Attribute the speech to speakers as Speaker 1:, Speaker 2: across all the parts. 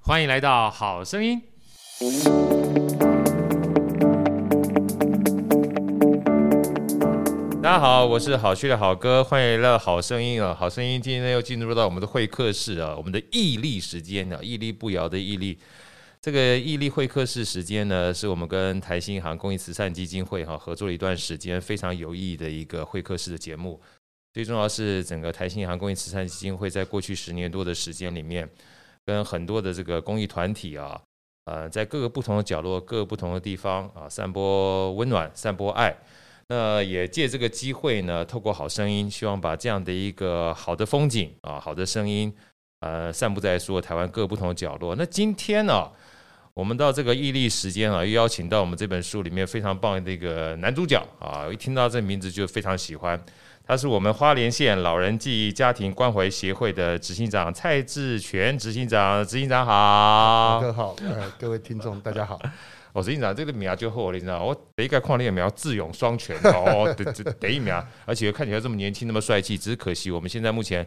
Speaker 1: 欢迎来到《好声音》。大家好，我是好趣的好哥，欢迎来到《好声音》啊！《好声音》今天又进入到我们的会客室啊，我们的屹立时间啊，屹立不摇的屹立。这个屹立会客室时间呢，是我们跟台新银行公益慈善基金会哈、合作了一段时间，非常有意义的一个会客室的节目。最重要是，整个台新银行公益慈善基金会在过去十年多的时间里面，跟很多的这个公益团体啊，呃，在各个不同的角落、各个不同的地方啊，散播温暖、散播爱。那也借这个机会呢，透过好声音，希望把这样的一个好的风景啊、好的声音，呃，散布在所有台湾各个不同的角落。那今天呢、我们到这个毅力时间啊，又邀请到我们这本书里面非常棒的一个男主角啊，一听到这名字就非常喜欢。他是我们花莲县老人记忆家庭关怀协会的执行长蔡志全执行长，执行长好
Speaker 2: 大。哥好，呃，各位听众大家好，
Speaker 1: 我执行长这个苗就厚，你知道，我第一个看你的苗智勇双全哦，得得得一苗，而且看起来这么年轻，那么帅气，只是可惜我们现在目前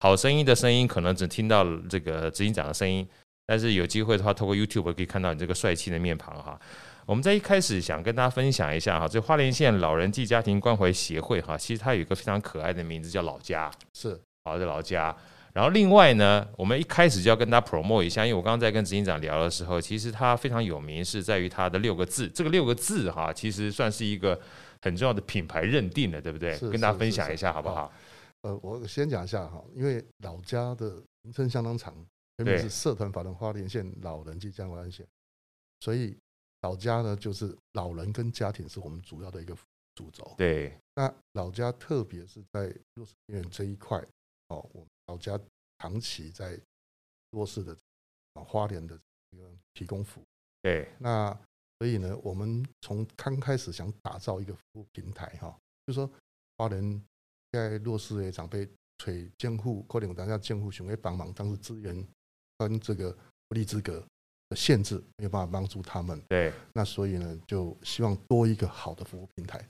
Speaker 1: 好声音的声音可能只听到这个执行长的声音，但是有机会的话，透过 YouTube 可以看到你这个帅气的面庞哈。我们在一开始想跟大家分享一下哈，这花莲县老人暨家庭关怀协会哈，其实它有一个非常可爱的名字叫老家。
Speaker 2: 是
Speaker 1: 好在老家。然后另外呢，我们一开始就要跟他 promote 一下，因为我刚刚在跟执行长聊的时候，其实他非常有名，是在于他的六个字。这个六个字哈，其实算是一个很重要的品牌认定了，对不对？
Speaker 2: 是
Speaker 1: 跟大家
Speaker 2: 是
Speaker 1: 分
Speaker 2: 是
Speaker 1: 享
Speaker 2: 是
Speaker 1: 一下好不好？
Speaker 2: 呃，我先讲一下哈，因为老家的名称相当长，原
Speaker 1: 对
Speaker 2: 本是社团法人花莲县老人及家关险，所以老家呢就是老人跟家庭是我们主要的一个主轴。
Speaker 1: 对，
Speaker 2: 那老家特别是在弱势边缘这一块，哦，我们老家长期在弱势的啊花莲的这个提供服务。
Speaker 1: 对，
Speaker 2: 那所以呢，我们从刚开始想打造一个服务平台哈，就说花人在弱势的长辈找监护，可能大家监护想要帮忙，但是资源跟这个福利资格的限制没有办法帮助他们。
Speaker 1: 对，
Speaker 2: 那所以呢，就希望多一个好的服务平台。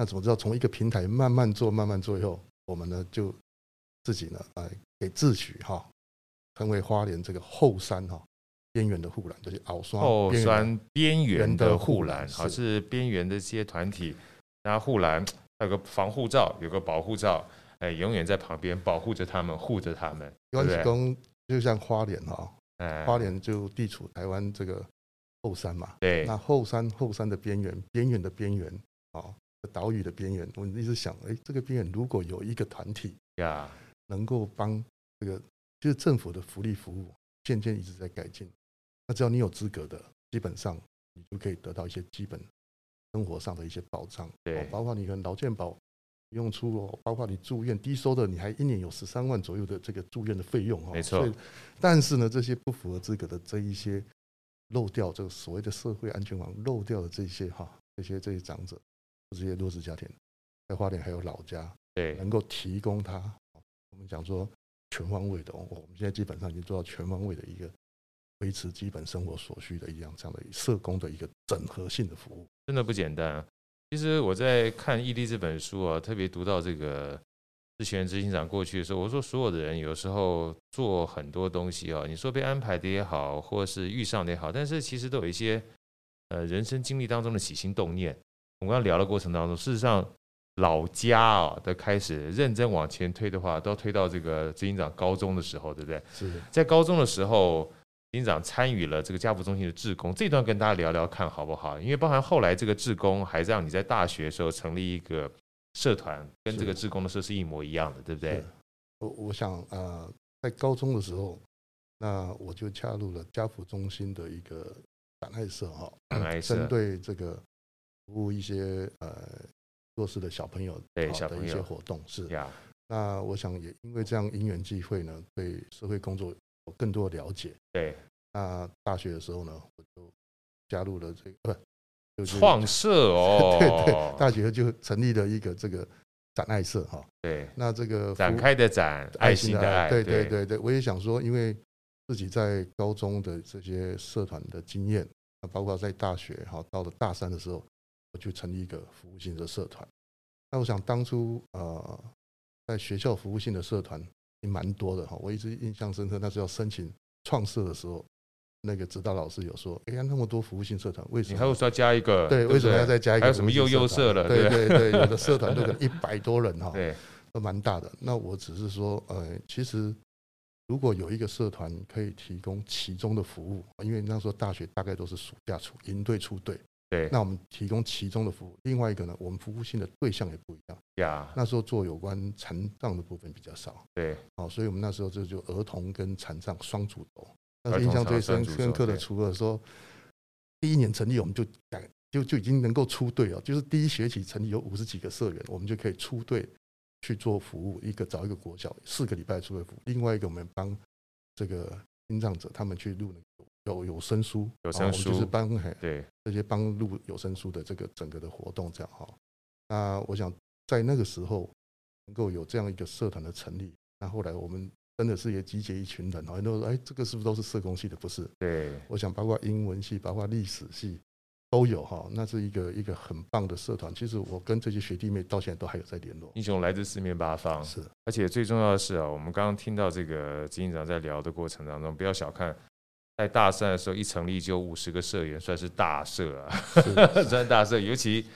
Speaker 2: 那怎么知道从一个平台慢慢做，慢慢做以后，我们呢就自己呢来给自诩哈，成为花莲这个后山哈边缘的护栏，就是鳌山
Speaker 1: 后
Speaker 2: 边缘
Speaker 1: 山边缘的护
Speaker 2: 边缘的护
Speaker 1: 栏，
Speaker 2: 栏
Speaker 1: 好是边缘的这些团体，那护栏有个防护罩，有个保护罩，哎，永远在旁边保护着他们，护着他们，对
Speaker 2: 关
Speaker 1: 不
Speaker 2: 系
Speaker 1: 对？
Speaker 2: 公就像花莲哈、
Speaker 1: 哎
Speaker 2: 花莲就地处台湾这个后山嘛。
Speaker 1: 对
Speaker 2: 那后山后山的边缘，边缘的边缘哦，岛屿的边缘，我一直想，哎，这个边缘如果有一个团体
Speaker 1: 呀，
Speaker 2: 能够帮这个，就是政府的福利服务渐渐一直在改进。那只要你有资格的，基本上你就可以得到一些基本生活上的一些保障，
Speaker 1: 对
Speaker 2: 哦包括你可能劳健保不用出哦，包括你住院低收的，你还一年有十三万左右的这个住院的费用哦，
Speaker 1: 没错
Speaker 2: 所以。但是呢，这些不符合资格的这一些漏掉这个所谓的社会安全网漏掉的这些哈，这些这些长者，这些弱势家庭，在花莲还有老家，
Speaker 1: 对，
Speaker 2: 能够提供他，我们讲说全方位的，哦我们现在基本上已经做到全方位的一个维持基本生活所需的一样这样的社工的一个整合性的服务。
Speaker 1: 真的不简单啊。其实我在看《毅力》这本书啊，特别读到这个志权执行长过去的时候，我说所有的人有时候做很多东西啊，你说被安排的也好，或是遇上的也好，但是其实都有一些呃人生经历当中的起心动念。我们刚刚聊的过程当中，事实上老家啊的开始认真往前推的话，都推到这个执行长高中的时候，对不对？
Speaker 2: 是
Speaker 1: 在高中的时候，警长参与了这个家福中心的志工，这段跟大家聊聊看好不好？因为包含后来这个志工，还让你在大学的时候成立一个社团，跟这个志工的社是一模一样的，对不对
Speaker 2: 是？我我想呃，在高中的时候，那我就加入了家福中心的一个展爱社哈，
Speaker 1: 本来是
Speaker 2: 针对这个服务一些呃弱势的小朋友
Speaker 1: 对
Speaker 2: 好
Speaker 1: 小
Speaker 2: 的
Speaker 1: 朋
Speaker 2: 一些
Speaker 1: 友
Speaker 2: 活动是
Speaker 1: 呀，
Speaker 2: 那我想也因为这样因缘际会呢，对社会工作有更多的了解。
Speaker 1: 对，
Speaker 2: 那大学的时候呢，我就加入了这个不就是
Speaker 1: 创社
Speaker 2: 对对，
Speaker 1: 哦，
Speaker 2: 大学就成立了一个这个展爱社哈。
Speaker 1: 对，
Speaker 2: 那这个服
Speaker 1: 展开的展，爱心的爱，
Speaker 2: 对对对对，我也想说，因为自己在高中的这些社团的经验，那包括在大学哈，到了大三的时候，我就成立一个服务性的社团。那我想当初呃，在学校服务性的社团也蛮多的哈，我一直印象深刻，那时候要申请创社的时候，那个指导老师有说，哎呀，那么多服务性社团，为什
Speaker 1: 你
Speaker 2: 么
Speaker 1: 还有说要加一个，
Speaker 2: 对，
Speaker 1: 不
Speaker 2: 为什么要再加一个？
Speaker 1: 还有什么幼幼？社了，
Speaker 2: 对
Speaker 1: 不
Speaker 2: 对对，有的社团都可 能一百多人哈，
Speaker 1: 对，
Speaker 2: 都蛮大的。那我只是说，呃，其实如果有一个社团可以提供其中的服务，因为那时候大学大概都是暑假出营队出队，
Speaker 1: 对
Speaker 2: 那我们提供其中的服务。另外一个呢，我们服务性的对象也不一样。
Speaker 1: 呀，
Speaker 2: 那时候做有关残障的部分比较少，
Speaker 1: 对，
Speaker 2: 哦，所以我们那时候这就儿童跟残障双主轴。
Speaker 1: 儿
Speaker 2: 那
Speaker 1: 童
Speaker 2: 印象最
Speaker 1: 残障双
Speaker 2: 深
Speaker 1: 主轴
Speaker 2: 深刻的，
Speaker 1: 对
Speaker 2: 除了说第一年成立，我们就改就就已经能够出队了，就是第一学期成立有五十几个社员，我们就可以出队去做服务，一个找一个国小四个礼拜出队服务，另外一个我们帮这个听障者他们去录有有声书，
Speaker 1: 有声
Speaker 2: 哦我们就
Speaker 1: 书
Speaker 2: 是帮嘿
Speaker 1: 对
Speaker 2: 这些帮录有声书的这个整个的活动这样哈。那我想在那个时候能够有这样一个社团的成立，那后来我们真的是也集结一群人哦，很多人说哎，这个是不是都是社工系的？不是，
Speaker 1: 对
Speaker 2: 我想包括英文系，包括历史系都有哈。那是一个一个很棒的社团。其实我跟这些学弟妹到现在都还有在联络。
Speaker 1: 英雄来自四面八方，
Speaker 2: 是
Speaker 1: 而且最重要的是啊，我们刚刚听到这个执行长在聊的过程当中，不要小看，在大三的时候一成立就五十个社员，算是大社啊，
Speaker 2: 是
Speaker 1: 算是大社。尤其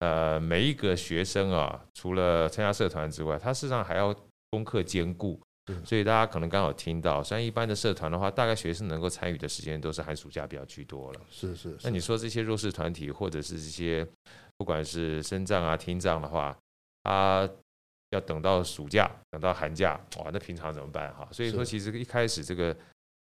Speaker 1: 呃，每一个学生啊，除了参加社团之外，他事实上还要功课兼顾
Speaker 2: 对。
Speaker 1: 所以大家可能刚好听到，虽然一般的社团的话，大概学生能够参与的时间都是寒暑假比较居多了。
Speaker 2: 是是，
Speaker 1: 那你说这些弱势团体，或者是这些不管是身障啊、听障的话，啊，要等到暑假、等到寒假，哇，那平常怎么办哈？所以说，
Speaker 2: 是
Speaker 1: 其实一开始这个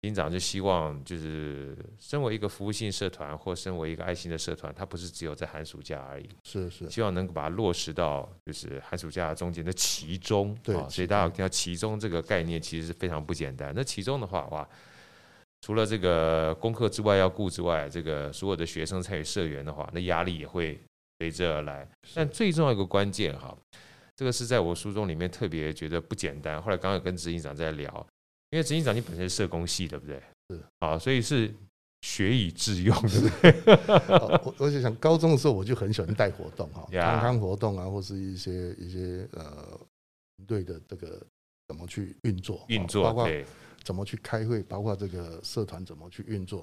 Speaker 1: 营长就希望，就是身为一个服务性社团或身为一个爱心的社团，它不是只有在寒暑假而已，
Speaker 2: 是是
Speaker 1: 希望能够把它落实到就是寒暑假中间的其中，
Speaker 2: 对
Speaker 1: 啊所以
Speaker 2: 其中
Speaker 1: 大家有听到其中这个概念其实是非常不简单。那其中的话，哇，除了这个功课之外要顾之外，这个所有的学生参与社员的话，那压力也会随之而来。但最重要一个关键哈，这个是在我书中里面特别觉得不简单。后来刚刚有跟执行长在聊，因为执行长你本身是社工系，对不对？
Speaker 2: 是
Speaker 1: 啊，所以是学以致用，对不对？
Speaker 2: 哦我我就想，高中的时候我就很喜欢带活动哈，
Speaker 1: 呀
Speaker 2: 康康活动啊，或是一些一些呃营队的这个怎么去运作，哦
Speaker 1: 运作
Speaker 2: 包括
Speaker 1: 对
Speaker 2: 怎么去开会，包括这个社团怎么去运作。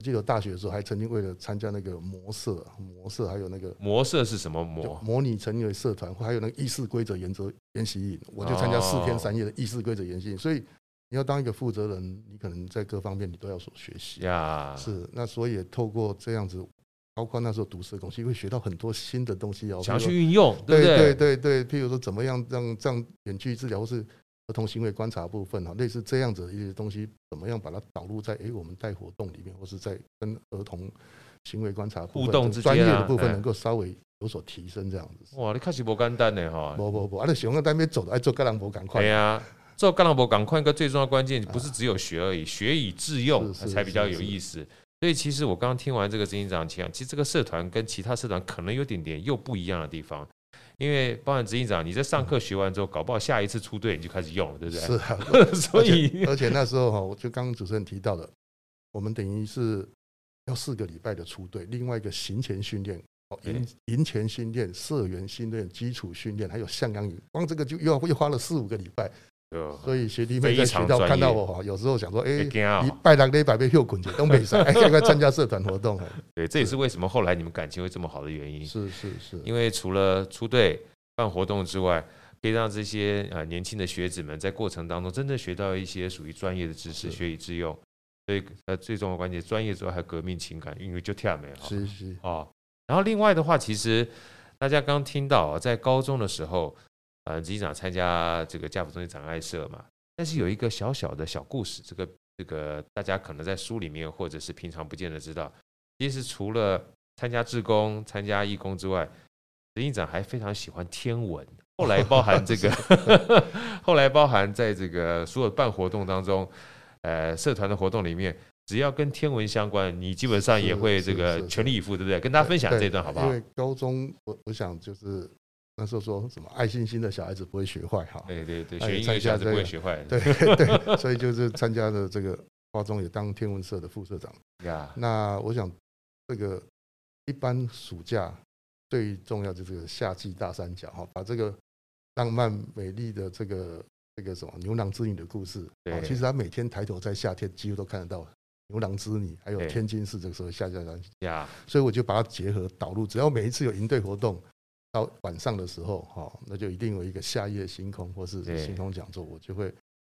Speaker 2: 我记得我大学的时候还曾经为了参加那个模社，模社还有那个
Speaker 1: 模式是什么
Speaker 2: 就
Speaker 1: 模？
Speaker 2: 模拟成为社团，还有那个议事规则原则研习营，我就参加四
Speaker 1: 哦
Speaker 2: 天三夜的议事规则研习营。所以你要当一个负责人，你可能在各方面你都要所学习。
Speaker 1: 呀，
Speaker 2: 是，那所以也透过这样子，包括那时候读社工系，会学到很多新的东西哦。
Speaker 1: 想要
Speaker 2: 譬如
Speaker 1: 去运用，
Speaker 2: 对
Speaker 1: 不
Speaker 2: 对对对，譬如说怎么样让让远距治疗或是儿童行为观察部分哈，哦类似这样子的一些东西，怎么样把它导入在诶我们带活动里面，或是在跟儿童行为观察部
Speaker 1: 互
Speaker 2: 分
Speaker 1: 动
Speaker 2: 这
Speaker 1: 之
Speaker 2: 专业
Speaker 1: 间啊
Speaker 2: 的部分
Speaker 1: 哎
Speaker 2: 能够稍微有所提升这样子。
Speaker 1: 哇，你看起不简单呢哈。
Speaker 2: 不不不，啊，那熊在那边走的，哎，做格兰博赶快
Speaker 1: 对。哎呀，做干朗博赶快一个最重要的关键，不是只有学而已，学以致用
Speaker 2: 是是
Speaker 1: 才比较
Speaker 2: 是
Speaker 1: 有
Speaker 2: 是
Speaker 1: 意思。所以其实我刚刚听完这个执行长讲，其实这个社团跟其他社团可能有点点又不一样的地方，因为包含执行长，你在上课学完之后，搞不好下一次出队你就开始用了，对不
Speaker 2: 是
Speaker 1: 对？
Speaker 2: 啊，
Speaker 1: 所以
Speaker 2: 而且那时候哈，我就刚刚主持人提到的，我们等于是要四个礼拜的出队，另外一个行前训练、哦
Speaker 1: 对
Speaker 2: 营营前训练、社员训练、基础训练，还有向阳营，光这个就又要又花了四五个礼拜。
Speaker 1: 就
Speaker 2: 所以学弟妹
Speaker 1: 非
Speaker 2: 在
Speaker 1: 常
Speaker 2: 学校
Speaker 1: 专业
Speaker 2: 看到我哈，有时候想说，哎、
Speaker 1: 会惊啊
Speaker 2: 一拜六礼拜被又滚去东北 上，哎，赶快参加社团活动。哎
Speaker 1: 对，这也是为什么后来你们感情会这么好的原因。
Speaker 2: 是是是，
Speaker 1: 因为除了出队办活动之外，可以让这些呃年轻的学子们在过程当中真正学到一些属于专业的知识，
Speaker 2: 是
Speaker 1: 学以致用。所以呃，最重要的关键，专业之外还有革命情感，因为就跳没了
Speaker 2: 是是
Speaker 1: 哦。然后另外的话，其实大家刚听到啊，在高中的时候，呃，执行长参加这个家福中心长爱社嘛，但是有一个小小的小故事，这个这个大家可能在书里面或者是平常不见得知道。其实除了参加志工、参加义工之外，执行长还非常喜欢天文。后来包含这 个，后来包含在这个所有办活动当中，呃，社团的活动里面，只要跟天文相关，你基本上也
Speaker 2: 是
Speaker 1: 会
Speaker 2: 是
Speaker 1: 这个
Speaker 2: 是
Speaker 1: 全力以赴，对不对？跟大家分享
Speaker 2: 对
Speaker 1: 这段好不好
Speaker 2: 因？为高中我我想就是那时候说什么爱心心的小孩子不会学坏哈，
Speaker 1: 对对对，
Speaker 2: 哎
Speaker 1: 学音
Speaker 2: 参
Speaker 1: 乐
Speaker 2: 加
Speaker 1: 小子
Speaker 2: 这
Speaker 1: 不会
Speaker 2: 个
Speaker 1: 学坏，
Speaker 2: 对对，所以就是参加了这个花中也当天文社的副社长。
Speaker 1: 呀，
Speaker 2: 那我想，这个一般暑假最重要就是这个夏季大三角哈，把这个浪漫美丽的这个这个什么牛郎织女的故事，
Speaker 1: 对
Speaker 2: 哦其实他每天抬头在夏天几乎都看得到牛郎织女，还有
Speaker 1: 对
Speaker 2: 天津市这个时候下下山，
Speaker 1: 呀，
Speaker 2: 所以我就把它结合导入。只要每一次有营队活动，到晚上的时候，哈、那就一定有一个夏夜星空或是
Speaker 1: 对
Speaker 2: 星空讲座，我就会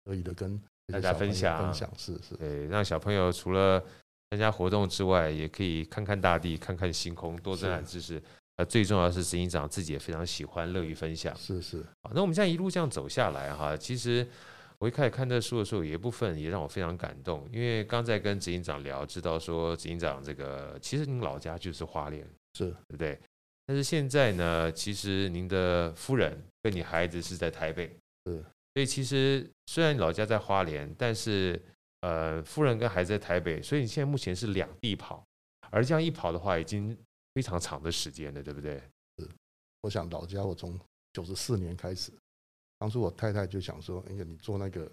Speaker 2: 乐意的跟这
Speaker 1: 大
Speaker 2: 些
Speaker 1: 家
Speaker 2: 小朋友
Speaker 1: 分享
Speaker 2: 分享是是，
Speaker 1: 对，让小朋友除了参加活动之外，也可以看看大地，看看星空，多增长知识。呃，最重要的是，执行长自己也非常喜欢，乐于分享。
Speaker 2: 是是，
Speaker 1: 好，那我们这样一路这样走下来哈，其实我一开始看这书的时候，有一部分也让我非常感动，因为刚在跟执行长聊，知道说执行长这个其实您老家就是花莲，
Speaker 2: 是
Speaker 1: 对不对？但是现在呢，其实您的夫人跟你孩子是在台北，
Speaker 2: 是，
Speaker 1: 所以其实虽然老家在花莲，但是呃，夫人跟孩子在台北，所以你现在目前是两地跑，而这样一跑的话，已经非常长的时间了，对不 对？
Speaker 2: 我想老家我从九十四年开始，当初我太太就想说，哎呀，你做那个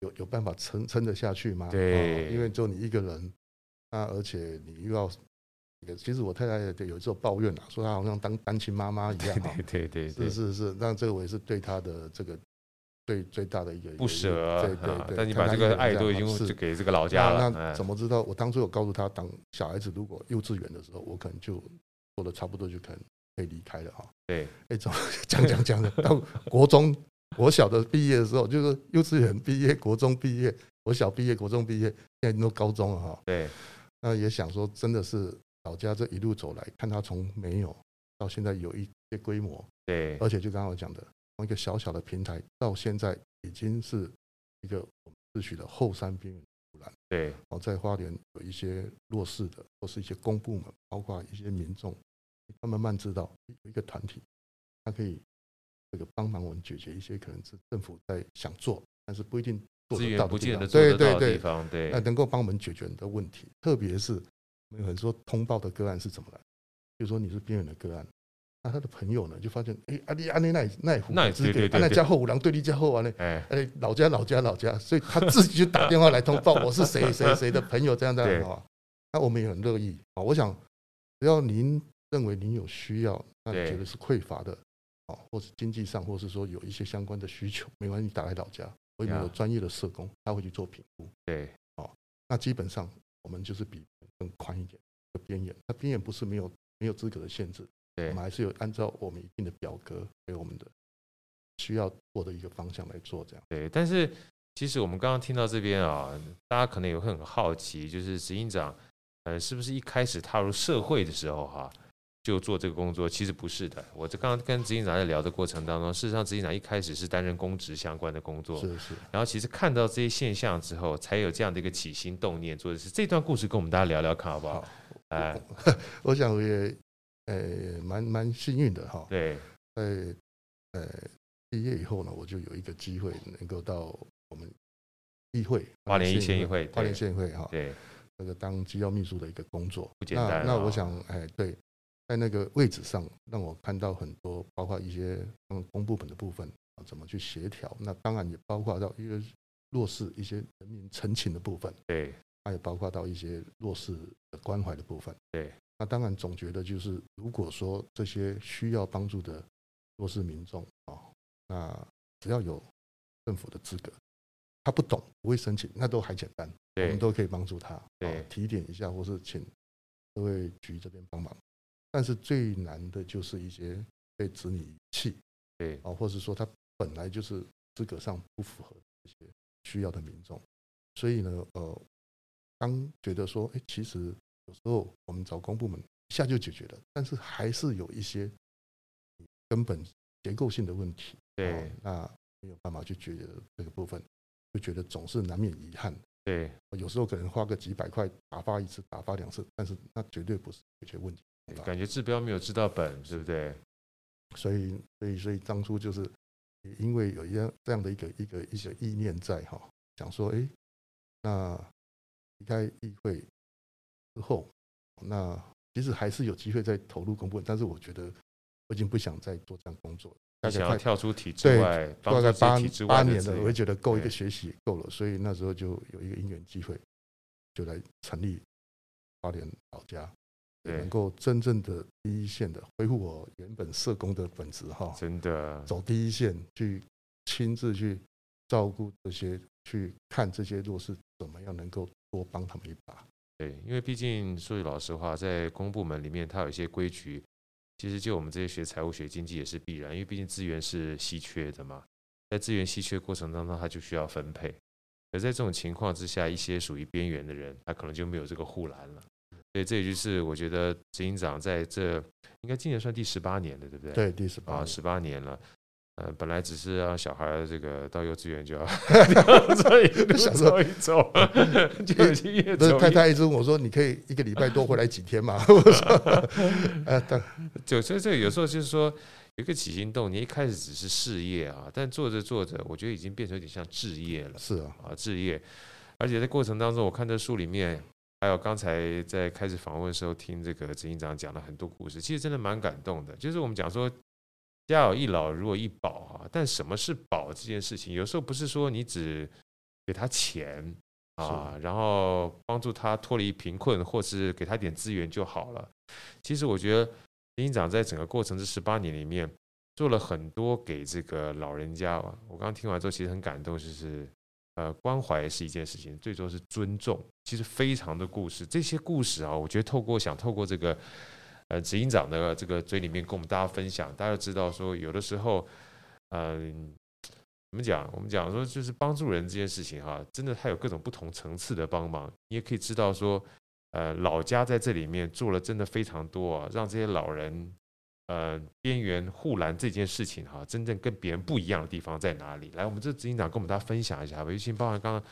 Speaker 2: 有有办法撑撑得下去吗？
Speaker 1: 对
Speaker 2: 哦因为就你一个人，那而且你又要，其实我太太也有时候抱怨啊，说她好像当单亲妈妈一样啊，
Speaker 1: 对对
Speaker 2: 是是是，那这个我也是对她的这个最最大的一个
Speaker 1: 不舍，
Speaker 2: 对对
Speaker 1: 啊
Speaker 2: 对，
Speaker 1: 但你
Speaker 2: 看
Speaker 1: 把
Speaker 2: 她
Speaker 1: 这
Speaker 2: 一
Speaker 1: 个
Speaker 2: 人
Speaker 1: 爱
Speaker 2: 样
Speaker 1: 都已
Speaker 2: 啊
Speaker 1: 经
Speaker 2: 是
Speaker 1: 就给这个老家
Speaker 2: 那
Speaker 1: 了，
Speaker 2: 那
Speaker 1: 哎
Speaker 2: 怎么知道？我当初有告诉他，当小孩子如果幼稚园的时候，我可能就做的差不多，就可能可以离开了哈。
Speaker 1: 对，
Speaker 2: 哎，怎么讲讲讲的？到国中、国小的毕业的时候，就是幼稚园毕业、国中毕业、国小毕业、国中毕业，现在都高中了哈。
Speaker 1: 对
Speaker 2: 那也想说，真的是老家这一路走来，看他从没有到现在有一些规模，
Speaker 1: 对
Speaker 2: 而且就刚刚我讲的，从一个小小的平台到现在已经是一个我们自诩的后山边缘。
Speaker 1: 对
Speaker 2: 哦，在花莲有一些弱势的，或是一些公部门，包括一些民众，他慢慢知道有一个团体，他可以这个帮忙我们解决一些可能是政府在想做，但是不一定做
Speaker 1: 资
Speaker 2: 得
Speaker 1: 源
Speaker 2: 到
Speaker 1: 不
Speaker 2: 的地
Speaker 1: 见
Speaker 2: 方。
Speaker 1: 得做
Speaker 2: 对
Speaker 1: 得
Speaker 2: 对
Speaker 1: 到的地
Speaker 2: 对，
Speaker 1: 方，对
Speaker 2: 那能够帮我们解决你的问题，特别是我们有很多通报的个案是怎么来的，比如说你是边缘的个案。那他的朋友呢，就发现，哎、阿弟阿内奈奈虎
Speaker 1: 那也
Speaker 2: 之
Speaker 1: 对
Speaker 2: 给，
Speaker 1: 对对
Speaker 2: 啊那
Speaker 1: 对
Speaker 2: 家伙五郎对立家伙完了，
Speaker 1: 哎
Speaker 2: 哎，老家老家老家，所以他自己就打电话来通报我是谁谁谁的朋友这样这
Speaker 1: 对
Speaker 2: 样啊。那我们也很乐意啊。我想，只要您认为您有需要，那你
Speaker 1: 对
Speaker 2: 觉得是匮乏的啊，或是经济上，或是说有一些相关的需求，没关系，打来老家，我们
Speaker 1: 呀
Speaker 2: 有专业的社工，他会去做评估。
Speaker 1: 对
Speaker 2: 那基本上我们就是比更宽一点的边缘，那边缘不是没有没有资格的限制，
Speaker 1: 对
Speaker 2: 我们还是有按照我们一定的表格给我们的需要做的一个方向来做这样。
Speaker 1: 对，但是其实我们刚刚听到这边啊，大家可能也会很好奇，就是执行长，呃，是不是一开始踏入社会的时候哈、就做这个工作？其实不是的，我这刚刚跟执行长在聊的过程当中，事实上执行长一开始是担任公职相关的工作，
Speaker 2: 是是。
Speaker 1: 然后其实看到这些现象之后，才有这样的一个起心动念，做的是这段故事跟我们大家聊聊看好不好？
Speaker 2: 好
Speaker 1: 哎、
Speaker 2: 我想我也呃蛮蛮幸运的哈，
Speaker 1: 对
Speaker 2: 在呃毕业以后呢，我就有一个机会能够到我们议会
Speaker 1: 花莲县议会对
Speaker 2: 花莲县议会哈，
Speaker 1: 对，
Speaker 2: 那个当机要秘书的一个工作，
Speaker 1: 不简单
Speaker 2: 那那
Speaker 1: 啊
Speaker 2: 我想哎对，在那个位置上让我看到很多，包括一些嗯公部门的部分啊，怎么去协调，那当然也包括到一个弱势一些人民陈情的部分。
Speaker 1: 对
Speaker 2: 还有包括到一些弱势的关怀的部分。
Speaker 1: 对，
Speaker 2: 那当然总觉得就是，如果说这些需要帮助的弱势民众哦，那只要有政府的资格，他不懂不会申请，那都还简单，我
Speaker 1: 对
Speaker 2: 们都可以帮助他，
Speaker 1: 对
Speaker 2: 哦提点一下，或是请社会局这边帮忙。但是最难的就是一些被子女遗弃
Speaker 1: 对
Speaker 2: 啊，或是说他本来就是资格上不符合这些需要的民众，所以呢，呃，当觉得说，哎，其实有时候我们找公部门一下就解决了，但是还是有一些根本结构性的问题，
Speaker 1: 对
Speaker 2: 哦那没有办法去解决这个部分，就觉得总是难免遗憾。
Speaker 1: 对
Speaker 2: 有时候可能花个几百块打发一次、打发两次，但是那绝对不是解决问题的方法。
Speaker 1: 感觉治标没有治到本，对不对？
Speaker 2: 所以，所以，所以当初就是也因为有一样这样的一个一个一些意念在哈，想说，哎，那离开议会之后，那其实还是有机会再投入公部门，但是我觉得我已经不想再做这样工作了，大
Speaker 1: 你
Speaker 2: 概
Speaker 1: 想要
Speaker 2: 快
Speaker 1: 跳出体制外，帮
Speaker 2: 大
Speaker 1: 助
Speaker 2: 概
Speaker 1: 自己
Speaker 2: 八
Speaker 1: 体制
Speaker 2: 八
Speaker 1: 外的
Speaker 2: 年
Speaker 1: 自
Speaker 2: 了，
Speaker 1: 己
Speaker 2: 我也觉得够一
Speaker 1: 对
Speaker 2: 个学习够了，所以那时候就有一个因缘机会，就来成立花莲老家，也
Speaker 1: 对
Speaker 2: 能够真正的第一线的恢复我原本社工的本职哈，
Speaker 1: 真的
Speaker 2: 走第一线去亲自去照顾这些，去看这些弱势怎么样能够多帮他们一把。
Speaker 1: 对，因为毕竟说句老实话，在公部门里面，它有一些规矩，其实就我们这些学财务、学经济也是必然，因为毕竟资源是稀缺的嘛，在资源稀缺过程当中，它就需要分配。而在这种情况之下，一些属于边缘的人，他可能就没有这个护栏了。所以这也就是我觉得执行长在这应该今年算第十八年了，对不对？
Speaker 2: 对，第十八
Speaker 1: 啊，
Speaker 2: 年
Speaker 1: 十八年了。呃，本来只是让小孩儿这个到幼稚园就 要这一路
Speaker 2: 想
Speaker 1: 走
Speaker 2: 说
Speaker 1: 一 走，就已经越
Speaker 2: 那
Speaker 1: 走
Speaker 2: 太
Speaker 1: 越
Speaker 2: 太一直问我说：“你可以一个礼拜多回来几天 嘛？”我说：“ 呃，当
Speaker 1: 就所以这个有时候就是说有一个起心动念，一开始只是事业啊，但做着做着，我觉得已经变成有点像置业了
Speaker 2: 是啊，
Speaker 1: 啊，置业。而且在过程当中，我看这书里面，还有刚才在开始访问的时候听这个执行长讲了很多故事，其实真的蛮感动的。就是我们讲说家有一老，如有一宝啊，但什么是宝这件事情，有时候不是说你只给他钱。啊，然后帮助他脱离贫困，或是给他一点资源就好了。其实我觉得林院长在整个过程这十八年里面，做了很多给这个老人家。啊我刚刚听完之后，其实很感动，就是呃，关怀是一件事情，最重要是尊重。其实非常的故事，这些故事啊，我觉得透过想透过这个呃执行长的这个嘴里面跟我们大家分享，大家就知道说，有的时候，嗯、怎么讲？我们讲说，就是帮助人这件事情哈、真的它有各种不同层次的帮忙。你也可以知道说，呃，老家在这里面做了真的非常多啊，让这些老人呃边缘护栏这件事情哈、真正跟别人不一样的地方在哪里？来，我们这执行长跟我们大家分享一下吧，尤其包含刚刚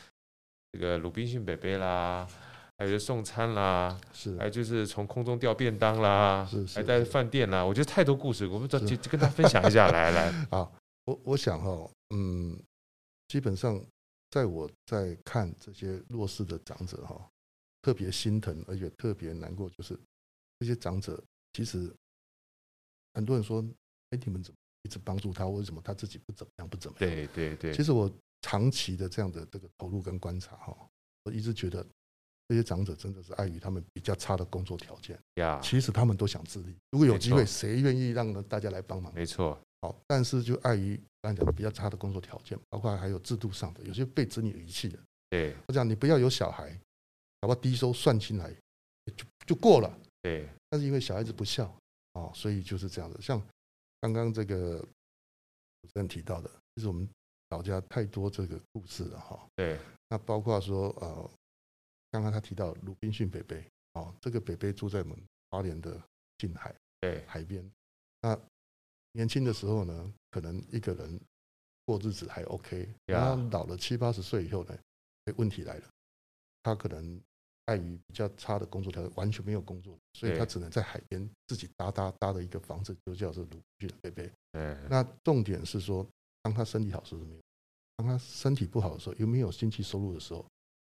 Speaker 1: 这个鲁滨逊北北啦，还有就是送餐啦，
Speaker 2: 是啊
Speaker 1: 还有就是从空中掉便当啦
Speaker 2: 是，是
Speaker 1: 还在
Speaker 2: 是
Speaker 1: 饭店啦，我觉得太多故事，我们都
Speaker 2: 是
Speaker 1: 就就跟大家分享一 下，来来，
Speaker 2: 啊，我我想哈、嗯，基本上在我在看这些弱势的长者哈、特别心疼，而且特别难过，就是这些长者其实很多人说，哎，你们怎么一直帮助他，为什么他自己不怎么样，不怎么样？
Speaker 1: 对对对，
Speaker 2: 其实我长期的这样的这个投入跟观察哈、我一直觉得这些长者真的是碍于他们比较差的工作条件，
Speaker 1: 呀，
Speaker 2: 其实他们都想自立。如果有机
Speaker 1: 啊没
Speaker 2: 会，
Speaker 1: 错
Speaker 2: 谁愿意让大家来帮忙？
Speaker 1: 没错，
Speaker 2: 好，但是就碍于刚才讲的比较差的工作条件，包括还有制度上的，有些被子女遗弃的。
Speaker 1: 对
Speaker 2: 我讲你不要有小孩，搞不好低收算进来就就过了。
Speaker 1: 对
Speaker 2: 但是因为小孩子不孝哦，所以就是这样的。像刚刚这个主持人提到的，就是我们老家太多这个故事了哈、
Speaker 1: 对，
Speaker 2: 那包括说呃，刚刚他提到鲁滨逊北北哦，这个北北住在我们花莲的近海。
Speaker 1: 对
Speaker 2: 海边。那年轻的时候呢，可能一个人过日子还 OK，
Speaker 1: 呀
Speaker 2: 然后老了七八十岁以后呢，哎问题来了，他可能碍于比较差的工作条件，完全没有工作，所以
Speaker 1: 对
Speaker 2: 他只能在海边自己搭搭搭的一个房子，就叫做鲁迅贝贝。
Speaker 1: 嗯，
Speaker 2: 那重点是说，当他身体好时候是没有，当他身体不好的时候，有没有经济收入的时候，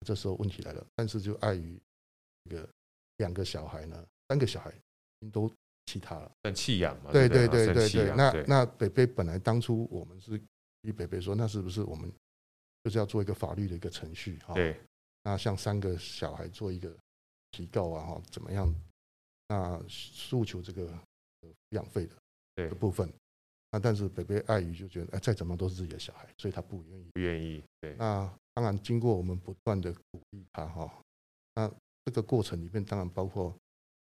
Speaker 2: 这时候问题来了。但是就碍于这个两个小孩呢，三个小孩都弃他了。
Speaker 1: 算弃养嘛，
Speaker 2: 对
Speaker 1: 不对
Speaker 2: 对对
Speaker 1: 算
Speaker 2: 对
Speaker 1: 弃
Speaker 2: 对，
Speaker 1: 养
Speaker 2: 那
Speaker 1: 啊对
Speaker 2: 那北北本来当初我们是与北北说，那是不是我们就是要做一个法律的一个程序哈？
Speaker 1: 对
Speaker 2: 那像三个小孩做一个提告啊哈，怎么样？那诉求这个呃抚养费的
Speaker 1: 对
Speaker 2: 的部分。那但是北北碍于就觉得，哎，再怎么都是自己的小孩，所以他不愿意。
Speaker 1: 不愿意，对
Speaker 2: 那当然，经过我们不断的鼓励他哈，那这个过程里面当然包括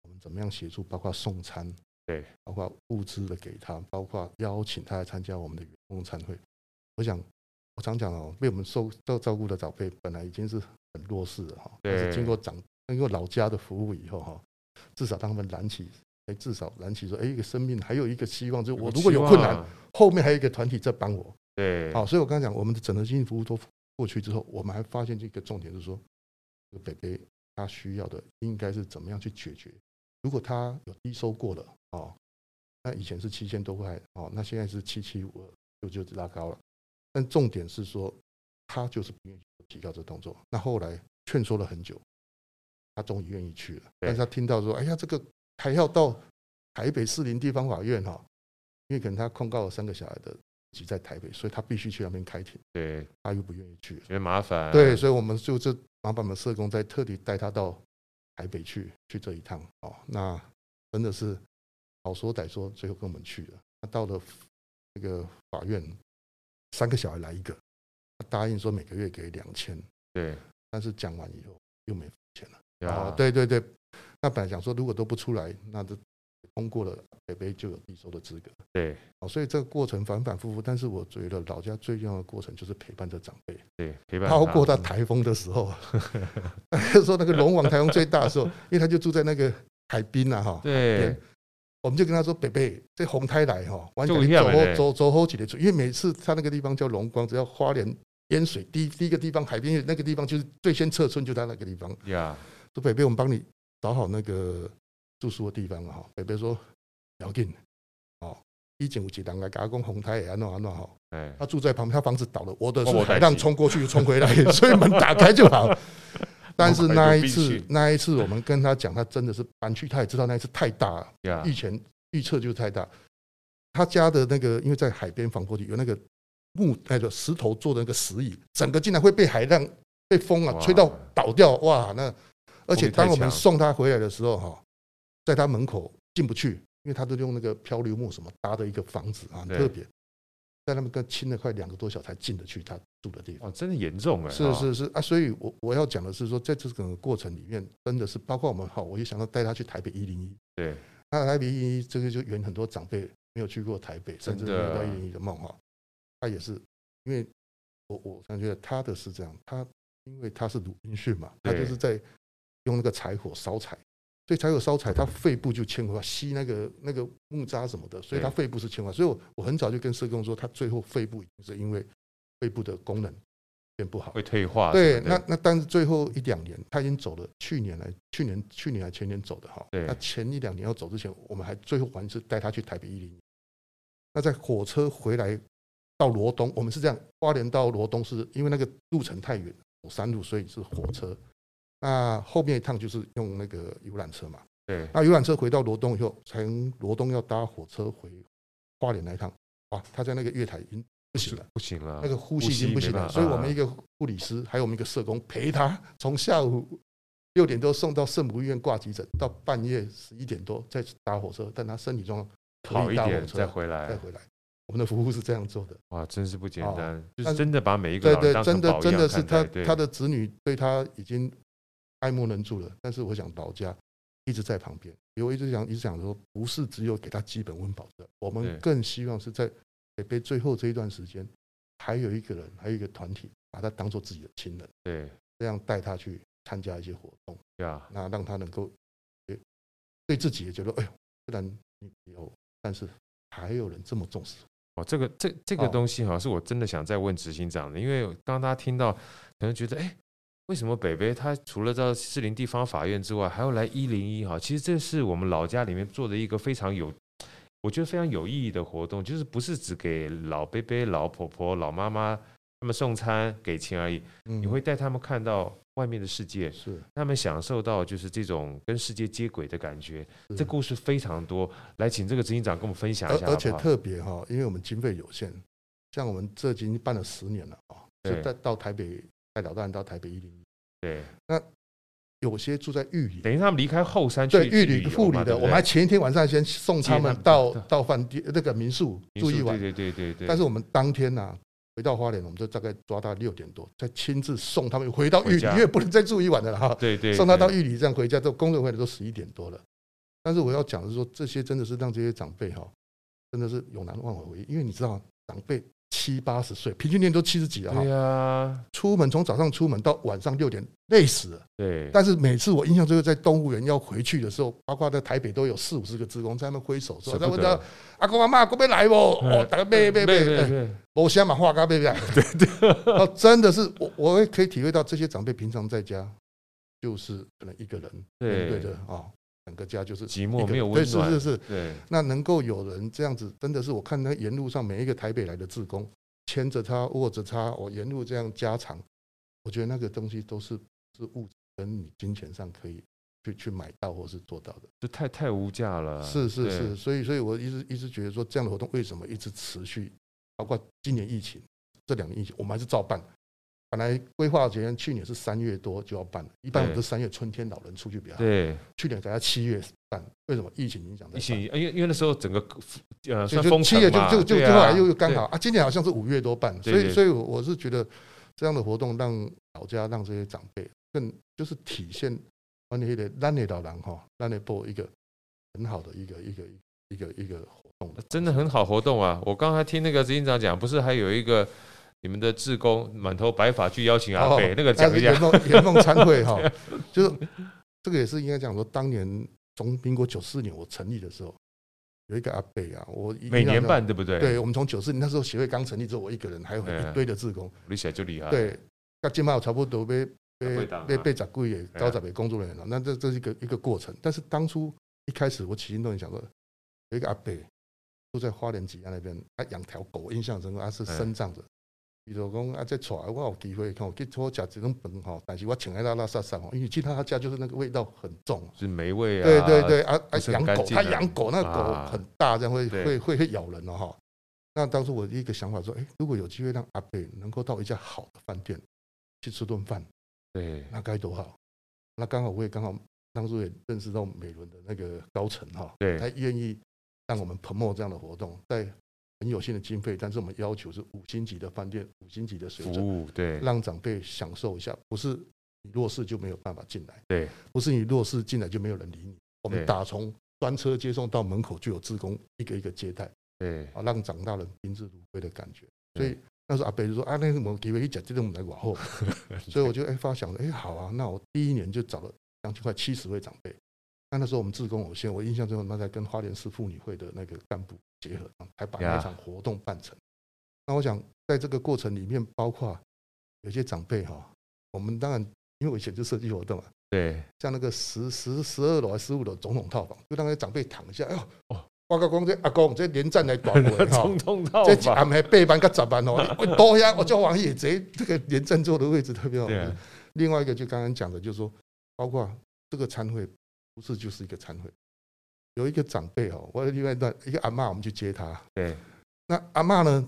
Speaker 2: 我们怎么样协助，包括送餐，
Speaker 1: 对，
Speaker 2: 包括物资的给他，包括邀请他来参加我们的员工餐会。我想，我常讲哦，被我们受照照顾的长辈本来已经是很弱势了哈，但
Speaker 1: 对
Speaker 2: 是经过长经过老家的服务以后哈，至少让他们燃起。哎，至少燃起说，哎，一个生命还有一个希望，就是我如果有困难，，后面还有一个团体在帮我。
Speaker 1: 对，
Speaker 2: 好，所以我刚才讲，我们的整合经济服务都过去之后，我们还发现一个重点是说，这个北北他需要的应该是怎么样去解决？如果他有低收过了哦，那以前是七千多块哦，那现在是七七五二，就就拉高了。但重点是说，他就是不愿意提高这动作。那后来劝说了很久，他终于愿意去了。
Speaker 1: 对
Speaker 2: 但是他听到说，哎呀，这个还要到台北士林地方法院哈、哦，因为可能他控告了三个小孩的集在台北，所以他必须去那边开庭，
Speaker 1: 对，
Speaker 2: 他又不愿意去。
Speaker 1: 觉得麻烦，
Speaker 2: 对，所以我们就这麻烦我们社工在特地带他到台北去去这一趟哦，那真的是好说歹说，最后跟我们去了。他到了那个法院，三个小孩来一个，他答应说每个月给两千，
Speaker 1: 对
Speaker 2: 但是讲完以后，又没钱了。
Speaker 1: 对啊，
Speaker 2: 哦对对对，那本来想说如果都不出来，那就通过了北北就有低收的资格。
Speaker 1: 对
Speaker 2: 哦，所以这个过程反反复复，但是我觉得老家最重要的过程就是陪伴着长辈，
Speaker 1: 对，啊陪伴
Speaker 2: 包括
Speaker 1: 他嗯
Speaker 2: 他台风的时候，就说那个龙王台风最大的时候， 因为他就住在那个海滨啊哈，
Speaker 1: 对
Speaker 2: 边我们就跟他说：“北北，这红台来哈，完
Speaker 1: 就
Speaker 2: 全
Speaker 1: 一样
Speaker 2: 走
Speaker 1: 的嘞
Speaker 2: 后走走后几的因为每次他那个地方叫龙光，只要花莲淹水，第一第一个地方海边那个地方就是最先撤村，就他那个地方。
Speaker 1: 呀，
Speaker 2: 说北北，我们帮你找好那个住宿的地方啊哈。北北说不要紧哦，以前有几人来跟他讲红台也安怎安怎好，
Speaker 1: 哎，
Speaker 2: 他住在旁边，他房子倒了，我的
Speaker 1: 哦
Speaker 2: 是
Speaker 1: 我
Speaker 2: 海
Speaker 1: 担
Speaker 2: 浪
Speaker 1: 心
Speaker 2: 冲过去冲回来， 所以门打开就 好。但是那一
Speaker 1: 我还有必
Speaker 2: 次
Speaker 1: 须，
Speaker 2: 那一次我们跟他讲，他真的是搬去，他也知道那一次太大了。
Speaker 1: 呀，
Speaker 2: 预前预测就是太大。他家的那个，因为在海边防波堤有那个木那个石头做的那个石椅，整个竟然会被海浪、被风啊
Speaker 1: 哇
Speaker 2: 吹到倒掉，哇！那而且当我
Speaker 1: 太强
Speaker 2: 们送他回来的时候，哈，在他门口进不去，因为他都用那个漂流木什么搭的一个房子啊，很
Speaker 1: 对
Speaker 2: 特别。在那边跟亲了快两个多小时才进得去他住的地方。
Speaker 1: 哦，真的严重哎，
Speaker 2: 是
Speaker 1: 哦，
Speaker 2: 是是啊，所以我我要讲的是说，在这个过程里面，真的是包括我们哈，我也想要带他去台北一零一，
Speaker 1: 对，
Speaker 2: 那台北一这个就远很多长辈没有去过台北，甚至没
Speaker 1: 真的
Speaker 2: 有到一零一的梦哈。他也是因为我我感觉他的是这样，他因为他是鲁滨逊嘛，他
Speaker 1: 对
Speaker 2: 就是在用那个柴火烧柴，所以柴火烧柴，他肺部就牵挂吸那个那个木渣什么的，所以他
Speaker 1: 对
Speaker 2: 肺部是牵挂。所以我我很早就跟社工说，他最后肺部已经是因为肺部的功能变不好，
Speaker 1: 会退化什
Speaker 2: 对
Speaker 1: 么，的，
Speaker 2: 那那但是最后一两年他已经走了，去年来，去年去年还前年走的哈。
Speaker 1: 对
Speaker 2: 那前一两年要走之前，我们还最后还是带他去台北一零一。那在火车回来到罗东，我们是这样，花莲到罗东是因为那个路程太远，走山路，所以是火车。那后面一趟就是用那个游览车嘛。
Speaker 1: 对，
Speaker 2: 那游览车回到罗东以后，从罗东要搭火车回花莲那一趟，哇，他在那个月台已经不行了。
Speaker 1: 不行了，
Speaker 2: 那个呼吸已经不行了，
Speaker 1: 啊呼吸
Speaker 2: 所
Speaker 1: 没办法啊
Speaker 2: 以我们一个护理师，还有我们一个社工陪他，从下午六点多送到圣母医院挂急诊，到半夜十一点多再搭火车，但他身体状况
Speaker 1: 好
Speaker 2: 可
Speaker 1: 一
Speaker 2: 以搭火
Speaker 1: 点
Speaker 2: 车
Speaker 1: 再回
Speaker 2: 再
Speaker 1: 来，
Speaker 2: 回来。我们的服务是这样做的，
Speaker 1: 哇，真是不简
Speaker 2: 哦
Speaker 1: 单，就
Speaker 2: 但
Speaker 1: 是
Speaker 2: 是
Speaker 1: 真的把每一个老人
Speaker 2: 对对，
Speaker 1: 当
Speaker 2: 真
Speaker 1: 成
Speaker 2: 的
Speaker 1: 宝一
Speaker 2: 真
Speaker 1: 样
Speaker 2: 的是
Speaker 1: 看待
Speaker 2: 他
Speaker 1: 对
Speaker 2: 他的子女对他已经爱莫能助了，但是我想老家一直在旁边，我一直想一直想说，不是只有给他基本温饱的，我
Speaker 1: 对
Speaker 2: 们更希望是在北北最后这一段时间，还有一个人，还有一个团体，把他当做自己的亲人。
Speaker 1: 对
Speaker 2: 这样带他去参加一些活动，
Speaker 1: 呀，
Speaker 2: 那让他能够诶对自己也觉得，哎呦，虽然你没有，但是还有人这么重视我。
Speaker 1: 哦，这个这这个
Speaker 2: 哦
Speaker 1: 东西好像是我真的想再问执行长的，因为刚刚大家听到，可能觉得哎。为什么北北他除了到士林地方法院之外，还要来一零一哈？其实这是我们老家里面做的一个非常有，我觉得非常有意义的活动，就是不是只给老伯伯、老婆婆、老妈妈他们送餐给钱而已，
Speaker 2: 嗯
Speaker 1: 你会带他们看到外面的世界，
Speaker 2: 是
Speaker 1: 他们享受到就是这种跟世界接轨的感觉。
Speaker 2: 是
Speaker 1: 这故事非常多，来请这个执行长跟我们分享
Speaker 2: 而
Speaker 1: 一下好
Speaker 2: 而
Speaker 1: 不
Speaker 2: 且
Speaker 1: 好？
Speaker 2: 特别哈，因为我们经费有限，像我们这已经办了十年了啊，
Speaker 1: 对
Speaker 2: 就带到台北带老大人到台北一零一，
Speaker 1: 对，
Speaker 2: 有些住在玉里。
Speaker 1: 等于他们离开后山去
Speaker 2: 对玉
Speaker 1: 旅
Speaker 2: 里
Speaker 1: 游
Speaker 2: 护
Speaker 1: 嘛对
Speaker 2: 理的，
Speaker 1: 不
Speaker 2: 我们还前一天晚上先送他
Speaker 1: 接他
Speaker 2: 们
Speaker 1: 们
Speaker 2: 到
Speaker 1: 到
Speaker 2: 到饭店那个民宿
Speaker 1: 对
Speaker 2: 住一晚，
Speaker 1: 对对对对。
Speaker 2: 但是我们当天呢、回到花莲，我们就大概抓到六点多，再亲自送他们回到玉
Speaker 1: 回
Speaker 2: 里，
Speaker 1: 家
Speaker 2: 因为不能再住一晚的了哈。
Speaker 1: 对对
Speaker 2: 送他
Speaker 1: 对
Speaker 2: 到玉里，这样回家，都工作回来都十一点多了。但是我要讲的是说，这些真的是让这些长辈哈，真的是永难忘怀回忆，因为你知道，长辈七八十岁，平均年龄都七十几了哈
Speaker 1: 对，呀，
Speaker 2: 出门从早上出门到晚上六点，累死了。
Speaker 1: 对
Speaker 2: 但是每次我印象最后在动物园要回去的时候，包括在台北都有四五十个职工在那边挥手说，
Speaker 1: 舍
Speaker 2: 在
Speaker 1: 不
Speaker 2: 问
Speaker 1: 得哎
Speaker 2: 他，阿公阿妈，可不可以来不？哦，大家别别
Speaker 1: 对
Speaker 2: 别，
Speaker 1: 对
Speaker 2: 哎
Speaker 1: 对，
Speaker 2: 我先把话嘎背背，对对， 哦，真的是我，我也可以体会到这些长辈平常在家就是可能一个人面对
Speaker 1: 对
Speaker 2: 着啊、哦整个家就是
Speaker 1: 寂
Speaker 2: 一
Speaker 1: 寞
Speaker 2: 个
Speaker 1: 没有
Speaker 2: 对
Speaker 1: 温
Speaker 2: 是
Speaker 1: 暖，
Speaker 2: 是是，
Speaker 1: 对
Speaker 2: 那能够有人这样子，真的是我看那沿路上每一个台北来的志工牵着他握着他，我、沿路这样加长，我觉得那个东西都是是物质跟你金钱上可以去去买到或是做到的。
Speaker 1: 就太太无价了。
Speaker 2: 是是
Speaker 1: 啊对
Speaker 2: 是，，所以所以我一直一直觉得说这样的活动为什么一直持续，包括今年疫情，这两年疫情我们还是照办。本来规划前去年是三月多就要办了，一般我们
Speaker 1: 对
Speaker 2: 都三月春天老人出去比较好。
Speaker 1: 对，
Speaker 2: 去年改到七月办，为什么疫情影响在
Speaker 1: 一起，哎因为因为那时候整个呃
Speaker 2: 就
Speaker 1: 算
Speaker 2: 就
Speaker 1: 封
Speaker 2: 七
Speaker 1: 城
Speaker 2: 月就
Speaker 1: 嘛
Speaker 2: 就就
Speaker 1: 对
Speaker 2: 就后来
Speaker 1: 啊
Speaker 2: 又又刚
Speaker 1: 对
Speaker 2: 好啊，今年好像是五月多办，所
Speaker 1: 对对
Speaker 2: 以所以我我是觉得这样的活动让老家让这些长辈更就是体现关于的咱的老人哈，咱的部一个很好的一个一个一个一个活动的。
Speaker 1: 真的很好活动啊！我刚才听那个执行长讲，不是还有一个你们的志工满头白发去邀请阿北、
Speaker 2: 哦
Speaker 1: 那个讲一下
Speaker 2: 严，梦严梦参 会哈，就是这个也是应该讲说，当年从民国九四年我成立的时候，有一个阿北啊，我一
Speaker 1: 每年。
Speaker 2: 一定要讲
Speaker 1: 办对不对？，
Speaker 2: 对，我们从九四年那时候协会刚成立之后，我一个人还有
Speaker 1: 对啊
Speaker 2: 一堆的志工，
Speaker 1: 李小就厉害，，
Speaker 2: 对，那今有差不多被
Speaker 1: 会
Speaker 2: 被
Speaker 1: 啊档啊
Speaker 2: 被被掌柜也
Speaker 1: 对啊
Speaker 2: 招找被工作人员了。那这这是一个一个过程，但是当初一开始我起心动念想说，有一个阿伯住在花莲吉安那边，他养条狗，印象深刻，他是
Speaker 1: 嗯
Speaker 2: 生长者。伊就讲啊，这带我有机会，看我去托食这种饭吼，但是我请来拉拉萨萨吼，因为去他家就是那个味道很重，
Speaker 1: 是梅味啊，
Speaker 2: 对对对，啊
Speaker 1: 不
Speaker 2: 啊
Speaker 1: 是很
Speaker 2: 养
Speaker 1: 干
Speaker 2: 狗，
Speaker 1: 净
Speaker 2: 他
Speaker 1: 啊
Speaker 2: 养狗那个
Speaker 1: 啊
Speaker 2: 狗很大，这样会
Speaker 1: 对
Speaker 2: 会会会咬人哦哈。那当时我一个想法说，哎，如果有机会让阿贝能够到一家好的饭店去吃顿饭，
Speaker 1: 对
Speaker 2: 那该多好！那刚好我也刚好当初也认识到美伦的那个高层哈，
Speaker 1: 对
Speaker 2: 他愿意让我们 promote 这样的活动，在很有限的经费，但是我们要求是五星级的饭店、五星级的水
Speaker 1: 服
Speaker 2: 准，
Speaker 1: 务，对
Speaker 2: 让长辈享受一下，不是你弱势就没有办法进来。
Speaker 1: 对，
Speaker 2: 不是你弱势进来就没有人理你。我
Speaker 1: 对
Speaker 2: 们打从专车接送到门口就有志工一个一个接待
Speaker 1: 对
Speaker 2: 啊，让长大人宾至如归的感觉。所
Speaker 1: 对
Speaker 2: 以那时候阿北就说啊，那我们给我一讲，这个我们来 往后。所以我就哎发想，哎好啊，那我第一年就找了将近快七十位长辈。那那时候我们志工有限，我印象中我们在跟花莲市妇女会的那个干部结合，才把那
Speaker 1: 呀
Speaker 2: 一场活动办成。那我想在这个过程里面，包括有些长辈哈，我们当然因为我以前就设计活动嘛，啊
Speaker 1: 对，
Speaker 2: 像那个十十十二楼还是十五楼总统套房，就让那些长辈躺一下，哎呦，
Speaker 1: 哦
Speaker 2: 哦，我个讲这阿公这连战来短尾 哈
Speaker 1: 冲，通道
Speaker 2: 这一
Speaker 1: 吧，
Speaker 2: 暗还八班跟十班哦，我多呀，我叫王野贼，这个连战坐的位置特别好。
Speaker 1: 对啊，
Speaker 2: 另外一个就刚刚讲的，就是说，包括这个餐会不是就是一个餐会，有一个长辈哦，我的另外一段一个阿嬷，我们去接他，
Speaker 1: 对，
Speaker 2: 那阿嬷呢，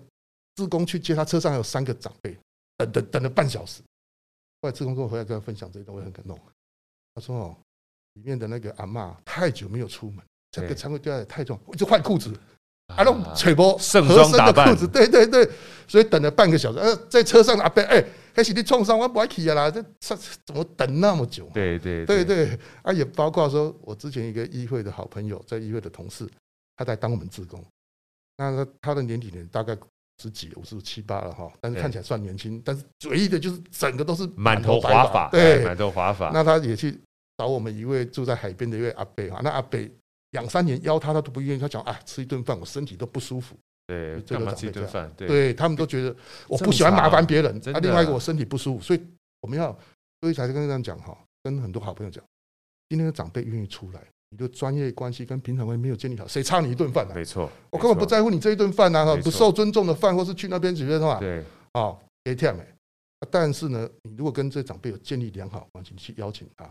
Speaker 2: 志工去接她，车上还有三个长辈，等等等了半小时。后来志工跟我回来跟他分享这一段，我也很感动。他说哦，里面的那个阿嬷太久没有出门，这个
Speaker 1: 对
Speaker 2: 仓库对她也太重，我就换裤子，阿龙吹波
Speaker 1: 啊盛
Speaker 2: 合
Speaker 1: 装
Speaker 2: 身
Speaker 1: 打
Speaker 2: 的
Speaker 1: 扮
Speaker 2: 裤子，对对对，所以等了半个小时。呃，在车上的阿伯哎，开始你创伤我不爱去啊啦，这这怎么等那么久？啊
Speaker 1: 对对
Speaker 2: 对对，啊，也包括说我之前一个议会的好朋友，在议会的同事，他在当我们职工，那他他的年底年大概十几五十七八了哈，但是
Speaker 1: 对
Speaker 2: 看起来算年轻，但是唯一的就是整个都是
Speaker 1: 满头
Speaker 2: 白
Speaker 1: 华发，哎
Speaker 2: 对
Speaker 1: 满，头华发，
Speaker 2: 那他也去找我们一位住在海边的一位阿伯啊，那阿伯两三年邀他，他都不愿意，他讲啊，吃一顿饭我身体都不舒服，
Speaker 1: 对，
Speaker 2: 这
Speaker 1: 干
Speaker 2: 个
Speaker 1: 嘛
Speaker 2: 长
Speaker 1: 吃一
Speaker 2: 辈
Speaker 1: 顿
Speaker 2: 这
Speaker 1: 饭？对
Speaker 2: 对他们都觉得我
Speaker 1: 正
Speaker 2: 不喜欢麻
Speaker 1: 常
Speaker 2: 烦别人
Speaker 1: 真，
Speaker 2: 啊，
Speaker 1: 的
Speaker 2: 另外一
Speaker 1: 啊
Speaker 2: 个我身体不舒服，所以我们要，所以才跟这样讲哈，跟很多好朋友讲，今天的长辈愿意出来，你的专业关系跟平常关系没有建立好，谁差你一顿饭啊？
Speaker 1: 没错，
Speaker 2: 我根本
Speaker 1: 没
Speaker 2: 不
Speaker 1: 错，
Speaker 2: 在乎你这一顿饭啊，哈
Speaker 1: 没错
Speaker 2: 不受尊重的饭，或是去那边随便啊，
Speaker 1: 对
Speaker 2: 哦，给 t 没？啊但是呢，你如果跟这长辈有建立良好关系，你去邀请他，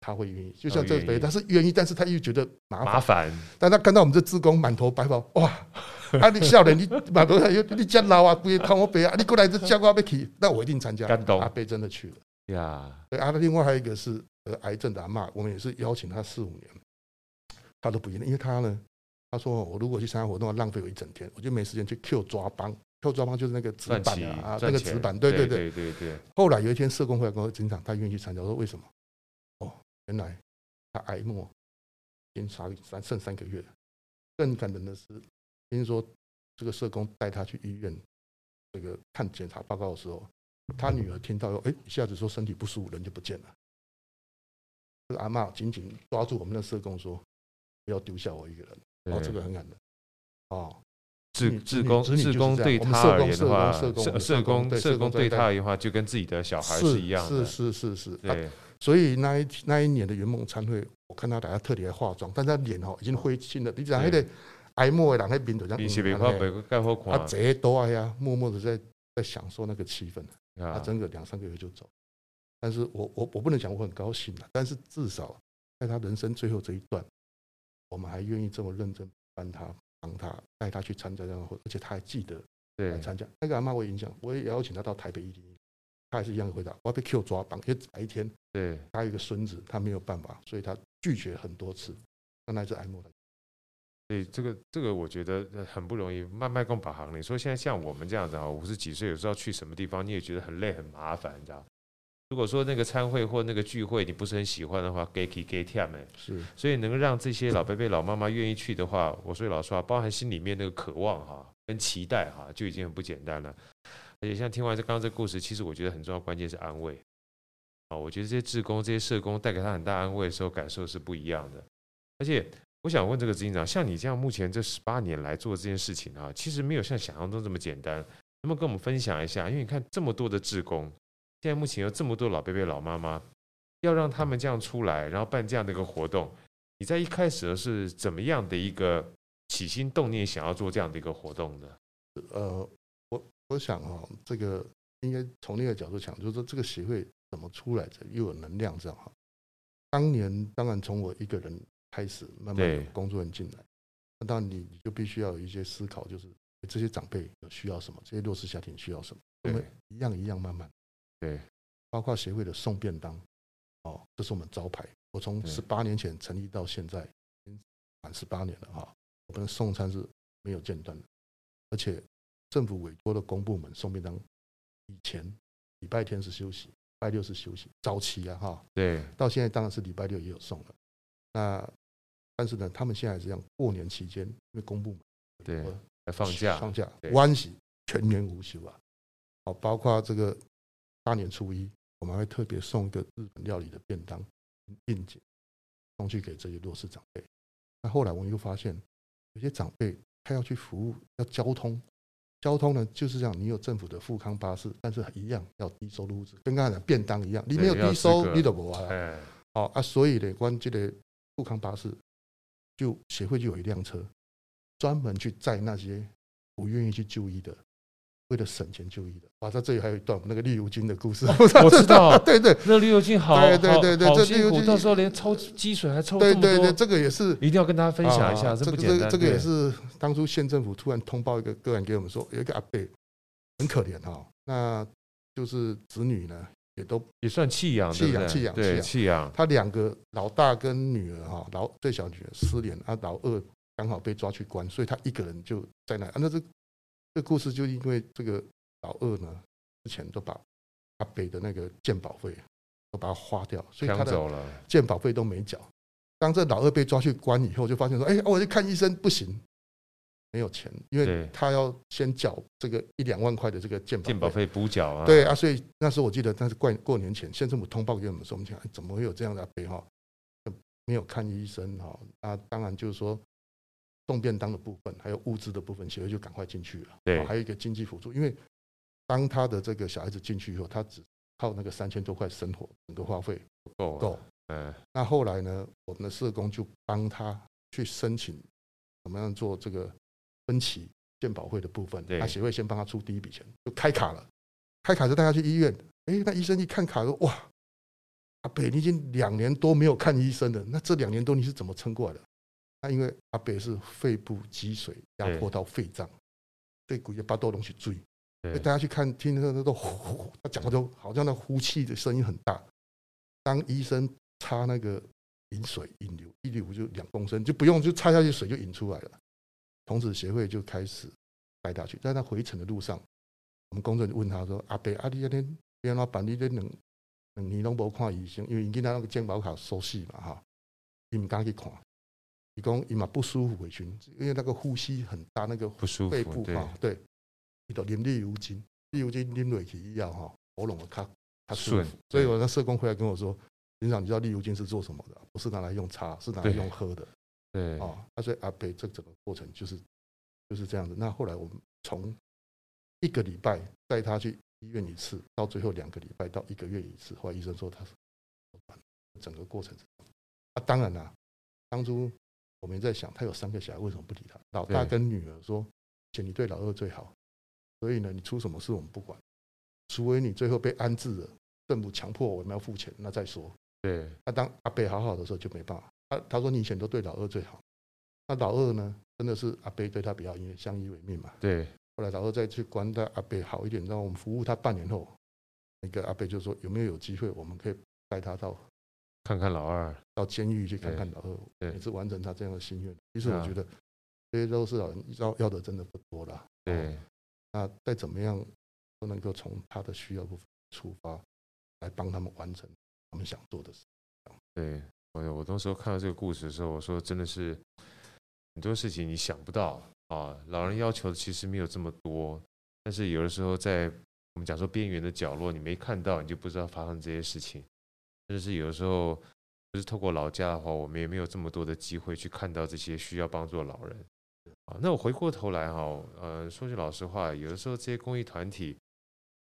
Speaker 2: 他会愿意。就像
Speaker 1: 他
Speaker 2: 这
Speaker 1: 会
Speaker 2: 个
Speaker 1: 哦愿意
Speaker 2: 北，他是愿意，但是他又觉得麻烦
Speaker 1: 麻。烦，
Speaker 2: 但他看到我们这志工满头白发，哇！ 啊，你少年，你满头白发，你遮老啊，不看我白啊，你过来这叫我要去，那我一定参加。
Speaker 1: 感动
Speaker 2: 阿贝真的去了。
Speaker 1: 呀，
Speaker 2: 对啊，那另外还有一个是呃癌症的阿嬷，我们也是邀请他四五年，他都不愿意，因为他呢，他说哦我如果去参加活动，要浪费我一整天，我就没时间去 Q 抓帮。Q 抓帮就是那个纸
Speaker 1: 赚
Speaker 2: 板
Speaker 1: 钱
Speaker 2: 啊啊，那
Speaker 1: 赚
Speaker 2: 个
Speaker 1: 钱
Speaker 2: 纸板，对对
Speaker 1: 对
Speaker 2: 对。
Speaker 1: 对对，
Speaker 2: 后来有一天，社工会来跟我警长，他愿意去参加，我说为什么？哦，原来他癌末，已经差三剩三个月了。更感人的是，听说这个社工带他去医院，这个看检查报告的时候，他女儿听到哎，一下子说身体不舒服，人就不见了。这个阿嬷紧紧抓住我们的社工说：“不要丢下我一个人。”哦，
Speaker 1: 对
Speaker 2: 这个很感人。哦，
Speaker 1: 志
Speaker 2: 女
Speaker 1: 志工
Speaker 2: 子女
Speaker 1: 志
Speaker 2: 就是
Speaker 1: 工
Speaker 2: 这样
Speaker 1: 对
Speaker 2: 我们
Speaker 1: 他
Speaker 2: 社
Speaker 1: 而
Speaker 2: 工
Speaker 1: 言的
Speaker 2: 社工
Speaker 1: 话，
Speaker 2: 社工
Speaker 1: 社
Speaker 2: 我们
Speaker 1: 社
Speaker 2: 社工
Speaker 1: 工
Speaker 2: 对
Speaker 1: 社
Speaker 2: 社
Speaker 1: 工
Speaker 2: 工
Speaker 1: 对
Speaker 2: 在
Speaker 1: 他而言的话，就跟自己的小孩
Speaker 2: 是
Speaker 1: 一样
Speaker 2: 是
Speaker 1: 的，
Speaker 2: 是是是。啊
Speaker 1: 对
Speaker 2: 所以那一那一年的圆梦餐会，我看他大家特别化妆，但是他脸哦已经灰青了。你讲那个哀莫的人那边就这
Speaker 1: 比
Speaker 2: 样，
Speaker 1: 起别
Speaker 2: 嗯
Speaker 1: 看北盖好看
Speaker 2: 啊，这都爱呀，默默的在在享受那个气氛。他
Speaker 1: 啊，
Speaker 2: 整个两三个月就走，但是我我我不能讲我很高兴啊，但是至少在他人生最后这一段，我们还愿意这么认真帮他帮他带他去参加这样的活动，而且他还记得来
Speaker 1: 对
Speaker 2: 参加。那个阿妈我也影响，我也邀请他到台北一零一，他还是一样的回答，我要被 Q 抓绑，因为白天。
Speaker 1: 对
Speaker 2: 他有一个孙子，他没有办法，所以他拒绝很多次。那那只艾莫的，
Speaker 1: 对，这个这个我觉得呃很不容易，慢慢共把行。你说现在像我们这样子啊，五十几岁有时候去什么地方，你也觉得很累很麻烦，你知道？如果说那个餐会或那个聚会你不是很喜欢的话，gay k gay 跳没，
Speaker 2: 是
Speaker 1: 所以能够让这些老伯伯、老妈妈愿意去的话，我说老实话，包含心里面那个渴望哈、跟期待哈、就已经很不简单了。而且像听完这刚刚这故事，其实我觉得很重要，关键是安慰啊。我觉得这些志工、这些社工带给他很大安慰的时候，感受是不一样的。而且我想问这个执行长，像你这样目前这十八年来做这件事情啊，其实没有像想象中这么简单。能不能跟我们分享一下？因为你看这么多的志工，现在目前有这么多老伯伯、老妈妈，要让他们这样出来，然后办这样的一个活动，你在一开始是怎么样的一个起心动念，想要做这样的一个活动呢？
Speaker 2: 呃，我我想哈、这个应该从另一个角度讲，就是说这个协会怎么出来的，又有能量这样哈。当年当然从我一个人开始，慢慢有
Speaker 1: 对
Speaker 2: 工作人进来，那当然你你就必须要有一些思考，就是哎这些长辈有需要什么，这些弱势家庭需要什么，我们
Speaker 1: 对
Speaker 2: 一样一样慢慢。
Speaker 1: 对，
Speaker 2: 包括协会的送便当，哦，这是我们招牌。我从
Speaker 1: 对
Speaker 2: 十八年前成立到现在，已经满十八年了哈、我们送餐是没有间断的，而且政府委托的公部门送便当，以前礼拜天是休息，礼拜六是休息，早期啊哈、
Speaker 1: 对，
Speaker 2: 到现在当然是礼拜六也有送了。那但是呢，他们现在还是这样，过年期间因为公部门
Speaker 1: 对
Speaker 2: 我，
Speaker 1: 来放假，
Speaker 2: 放假
Speaker 1: 对，
Speaker 2: 湾喜全年无休啊！哦，包括这个大年初一，我们还会特别送一个日本料理的便当应景，送去给这些弱势长辈。那后来我们又发现，有些长辈他要去服务，要交通，交通呢就是这样，你有政府的富康巴士，但是一样要低收入户，跟刚才讲便当一样，你没有
Speaker 1: 对要
Speaker 2: 低收
Speaker 1: 资，格
Speaker 2: 你都无啊。
Speaker 1: 哎，
Speaker 2: 哦啊，所以呢，关这个富康巴士就协会就有一辆车，专门去载那些不愿意去就医的，为了省钱就医的。哇，在这里还有一段我们那个利如金的故事，
Speaker 1: 哦我
Speaker 2: 我
Speaker 1: 知道
Speaker 2: 对对
Speaker 1: 那绿油精好，
Speaker 2: 对对对对
Speaker 1: 好好
Speaker 2: 这绿
Speaker 1: 辛
Speaker 2: 油
Speaker 1: 苦，
Speaker 2: 精
Speaker 1: 到时候连抽积水还抽
Speaker 2: 对
Speaker 1: 这么
Speaker 2: 对对，
Speaker 1: 多，
Speaker 2: 这个也是
Speaker 1: 一定要跟大家分享一
Speaker 2: 啊
Speaker 1: 下，
Speaker 2: 这
Speaker 1: 不
Speaker 2: 个
Speaker 1: 简单，
Speaker 2: 这个
Speaker 1: 对
Speaker 2: 也是当初县政府突然通报一个个案给我们说，有一个阿伯很可怜哈、哦，那就是子女呢也都
Speaker 1: 也算弃养，
Speaker 2: 弃
Speaker 1: 对
Speaker 2: 养
Speaker 1: 不对
Speaker 2: 弃养弃
Speaker 1: 对
Speaker 2: 养
Speaker 1: 弃养，
Speaker 2: 他两个老大跟女儿哈，老最小女儿失联啊，老二刚好被抓去关，所以他一个人就在那啊。那这这故事就因为这个老二呢，之前都把阿北的那个鉴保费都把它花掉，所以他
Speaker 1: 抢
Speaker 2: 的啊
Speaker 1: 走了，
Speaker 2: 鉴保费都没缴。当这老二被抓去关以后，就发现说，哎、我去看医生不行，没有钱，因为
Speaker 1: 对
Speaker 2: 他要先缴这个一两万块的这个鉴
Speaker 1: 健
Speaker 2: 保
Speaker 1: 保
Speaker 2: 费。
Speaker 1: 费补缴啊，
Speaker 2: 对啊，所以那时候我记得，但是过过年前，县政府通报给我们说，我们讲、哎、怎么会有这样的阿伯哈，呃没有看医生哈，那当然就是说送便当的部分，还有物资的部分，协会就赶快进去了。
Speaker 1: 对
Speaker 2: 哦还有一个经济辅助，因为当他的这个小孩子进去以后，他只靠那个三千多块生活，整个花费
Speaker 1: 够
Speaker 2: 不够
Speaker 1: 了，。嗯，
Speaker 2: 那后来呢，我们的社工就帮他去申请怎么样做这个分期鉴保会的部分，
Speaker 1: 对
Speaker 2: 那协会先帮他出第一笔钱，就开卡了。开卡就带他去医院，诶，那医生一看卡说：“哇，阿北，你已经两年多没有看医生了，那这两年多你是怎么撑过来的？”那因为阿北是肺部积水压迫到肺脏，对骨节巴豆东西追，所以
Speaker 1: 对
Speaker 2: 大家去看听他都呼呼呼，他讲话都好像那呼气的声音很大。当医生插那个引水引流，一流就两公升，就不用就插下去，水就引出来了。从此协会就开始带他去，在他回程的路上，我们工作人员问他说：“阿伯，阿、啊、你那天变老板，你这两两年拢无看医生，因为囡仔那个健保卡收细嘛哈，伊唔敢去看，伊讲伊嘛不舒服回去，因为那个呼吸很大，那个
Speaker 1: 不舒
Speaker 2: 肺
Speaker 1: 服，
Speaker 2: 部啊
Speaker 1: 对
Speaker 2: 哈，，对，伊就啉利如精，利如精啉落去以后哈，喉咙会较较舒
Speaker 1: 顺
Speaker 2: 服。所以我那社工回来跟我说，林长，你知道利如精是做什么的？不是拿来用擦，是拿来
Speaker 1: 对
Speaker 2: 用喝的
Speaker 1: 对，
Speaker 2: 哦。那所以阿北这整个过程就是就是这样子。那后来我们从一个礼拜带他去医院一次，到最后两个礼拜到一个月一次，后来医生说他是整个过程是这样。啊，当然啦、当初我们也在想，他有三个小孩，为什么不理他？老大
Speaker 1: 对
Speaker 2: 跟女儿说：“姐，你对老二最好，所以呢，你出什么事我们不管，除非你最后被安置了，政府强迫我们要付钱，那再说。
Speaker 1: 对，”
Speaker 2: 那当阿北好好的时候就没办法。他他说：“你以前都对老二最好，那老二呢，真的是阿北对他比较，因为相依为命嘛。
Speaker 1: 对，
Speaker 2: 后来老二再去关待阿北好一点，让我们服务他半年后，那个阿北就说：有没有有机会我们可以带他到
Speaker 1: 看看老二，
Speaker 2: 到监狱去看看老
Speaker 1: 对
Speaker 2: 二，也是完成他这样的心愿。其实我
Speaker 1: 啊
Speaker 2: 觉得这些都是老人要要的真的不多了。
Speaker 1: 对，
Speaker 2: 那再怎么样都能够从他的需要部分出发，来帮他们完成他们想做的事。
Speaker 1: 对哎我我那时候看到这个故事的时候，我说真的是很多事情你想不到啊，老人要求的其实没有这么多，但是有的时候在我们讲说边缘的角落，你没看到，你就不知道发生这些事情。但是有的时候，就是透过老家的话，我们也没有这么多的机会去看到这些需要帮助的老人。啊，那我回过头来哈、呃，说句老实话，有的时候这些公益团体，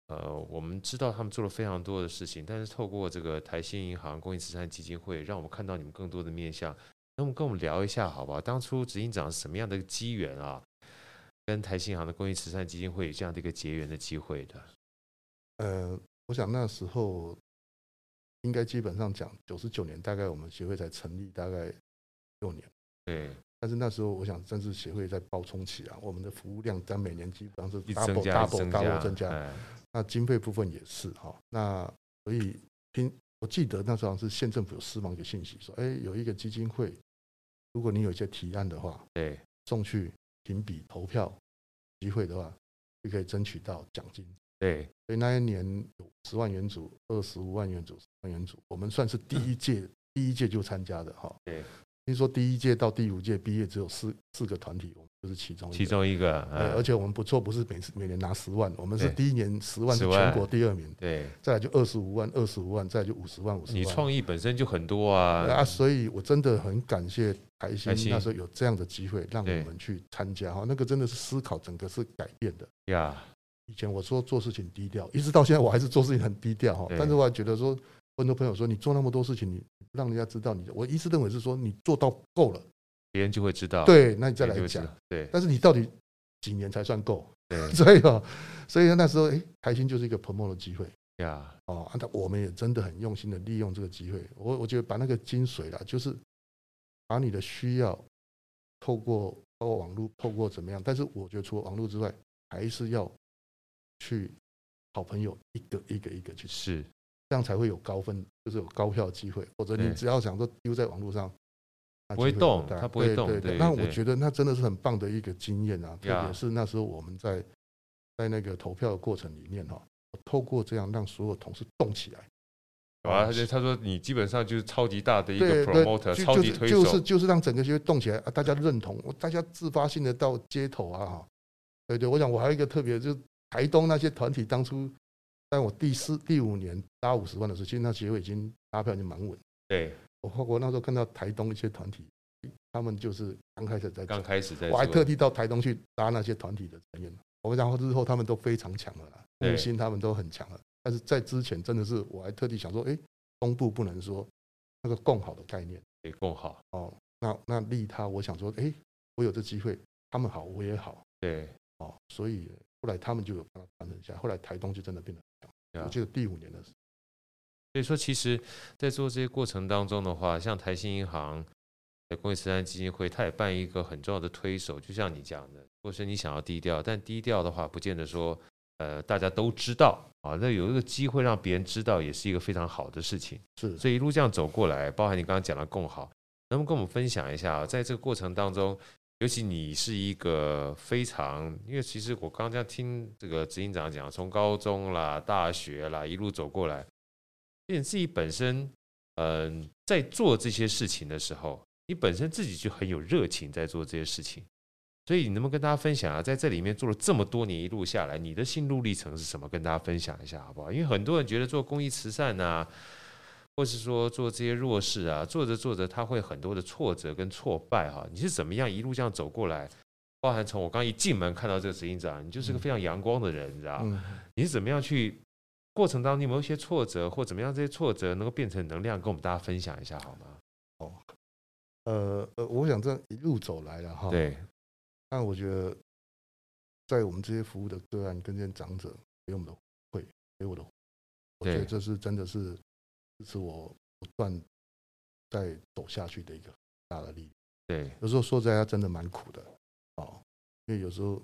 Speaker 1: 呃，我们知道他们做了非常多的事情，但是透过这个台新银行公益慈善基金会，让我们看到你们更多的面向。那么跟我们聊一下，好不好？当初执行长是什么样的机缘啊，跟台新银行的公益慈善基金会有这样的一个结缘的机会的？
Speaker 2: 呃，我想那时候应该基本上讲，九十九年大概我们协会才成立大概六年，
Speaker 1: 对，
Speaker 2: 但是那时候我想，正是协会在爆冲期啊，我们的服务量在每年基本上是
Speaker 1: 一直增
Speaker 2: double
Speaker 1: 加，一直
Speaker 2: double
Speaker 1: 增加，
Speaker 2: double 增加，
Speaker 1: 哎
Speaker 2: 那经费部分也是哈。那所以听我记得那时候好像是县政府有释放一个信息说，哎，有一个基金会，如果你有一些提案的话，
Speaker 1: 对，
Speaker 2: 送去评比投票机会的话，就可以争取到奖金。
Speaker 1: 对，
Speaker 2: 所以那一年有十万元组、二十五万元组、十万元组，我们算是第一届，第一届就参加的哈。
Speaker 1: 对，
Speaker 2: 听说第一届到第五届毕业只有四四个团体，我们就是其中一个
Speaker 1: 其中一个，
Speaker 2: 对
Speaker 1: 哎
Speaker 2: 而且我们不错，不是每次每年拿十万，我们是
Speaker 1: 对
Speaker 2: 第一年十万是
Speaker 1: 10万
Speaker 2: 全国第二名，
Speaker 1: 对
Speaker 2: 再来就二十五万、二十五万，再来就五十万、五十万。
Speaker 1: 你创意本身就很多
Speaker 2: 对啊，
Speaker 1: 啊，
Speaker 2: 所以我真的很感谢台新
Speaker 1: 台新
Speaker 2: 那时候有这样的机会让我
Speaker 1: 对
Speaker 2: 们去参加哈，那个真的是思考整个是改变的。
Speaker 1: 呀，
Speaker 2: 以前我说做事情低调，一直到现在我还是做事情很低调哈
Speaker 1: 对。
Speaker 2: 但是我还觉得说，很多朋友说你做那么多事情，你让人家知道你，我一直认为是说你做到够了，
Speaker 1: 别人就会知道，，
Speaker 2: 对，那你再
Speaker 1: 啊别人就
Speaker 2: 来
Speaker 1: 会知
Speaker 2: 讲
Speaker 1: 道。，对
Speaker 2: 但是你到底几年才算够？
Speaker 1: 对
Speaker 2: 所以哦，所以那时候哎，台新就是一个 promo 的机会
Speaker 1: 呀，
Speaker 2: 哦。啊那我们也真的很用心的利用这个机会，我我觉得把那个精髓啦，就是把你的需要透过透过网络，透过怎么样？但是我觉得除了网络之外，还是要去好朋友一个一个一个去试，
Speaker 1: 是
Speaker 2: 这样才会有高分，就是有高票的机会。或者你
Speaker 1: 对
Speaker 2: 只要想说丢在网络上。那
Speaker 1: 不会
Speaker 2: 机
Speaker 1: 动
Speaker 2: 不大
Speaker 1: 它不会
Speaker 2: 对
Speaker 1: 动
Speaker 2: 对
Speaker 1: 对
Speaker 2: 对，那我
Speaker 1: 对
Speaker 2: 觉得那真的是很棒的一个经验啊，特
Speaker 1: 呀
Speaker 2: 别是那时候我们在在那个投票的过程里面哈、我透过这样让所有同事动起来。
Speaker 1: 有啊，他就他说你基本上就是超级大的一
Speaker 2: 哦对
Speaker 1: 个
Speaker 2: 对，
Speaker 1: promoter，
Speaker 2: 就
Speaker 1: 超级
Speaker 2: 就是
Speaker 1: 推
Speaker 2: 就是
Speaker 1: 手，
Speaker 2: 就是让整个社会动起来啊，大家认同，我大家自发性的到街头啊哈。对对，我想我还有一个特别，就是台东那些团体当初在我第四第五年拉五十万的时候，其实那协会已经拉票已经蛮稳。
Speaker 1: 对，
Speaker 2: 我我那时候看到台东一些团体，他们就是刚开始在
Speaker 1: 刚
Speaker 2: 做，
Speaker 1: 开始在
Speaker 2: 我还
Speaker 1: 做
Speaker 2: 特地到台东去拉那些团体的成员。我然后日后他们都非常强了啦，
Speaker 1: 对
Speaker 2: 木星他们都很强了。但是在之前真的是我还特地想说，哎，东部不能说那个共好的概念。
Speaker 1: 对更好，
Speaker 2: 哦，那那利他，我想说，哎、我有这机会，他们好，我也好，
Speaker 1: 对
Speaker 2: 哦，所以后来他们就有把它传承下来，后来台东就真的变得很强。
Speaker 1: 呀
Speaker 2: 我记得第五年的时候，
Speaker 1: 所以说，其实，在做这些过程当中的话，像台新银行的公益慈善基金会，它也扮一个很重要的推手。就像你讲的，如果是你想要低调，但低调的话，不见得说，呃，大家都知道啊。那有一个机会让别人知道，也是一个非常好的事情。
Speaker 2: 是
Speaker 1: 所以一路这样走过来，包含你刚刚讲的共好，能不能跟我们分享一下啊，在这个过程当中，尤其你是一个非常，因为其实我刚刚这样听这个执行长讲，从高中啦、大学啦一路走过来，因为你自己本身，嗯、在做这些事情的时候，你本身自己就很有热情在做这些事情。所以你能不能跟大家分享啊，在这里面做了这么多年，一路下来，你的心路历程是什么？跟大家分享一下好不好？因为很多人觉得做公益慈善呐、或是说做这些弱势啊，做着做着他会很多的挫折跟挫败哈、你是怎么样一路这样走过来？包含从我刚一进门看到这个执行长，你就是个非常阳光的人，你知道吗？
Speaker 2: 嗯，
Speaker 1: 你是怎么样去过程当中你有没有一些挫折，或怎么样这些挫折能够变成能量，跟我们大家分享一下好吗？
Speaker 2: 呃呃，我想这样一路走来了哈，，
Speaker 1: 对，
Speaker 2: 但我觉得在我们这些服务的个案跟这些长者给我们的回馈，给我的回馈，我觉得
Speaker 1: 对
Speaker 2: 这是真的是支持我不断在走下去的一个很大的力量。
Speaker 1: 对，
Speaker 2: 有时候说实在，他真的蛮苦的哦，因为有时候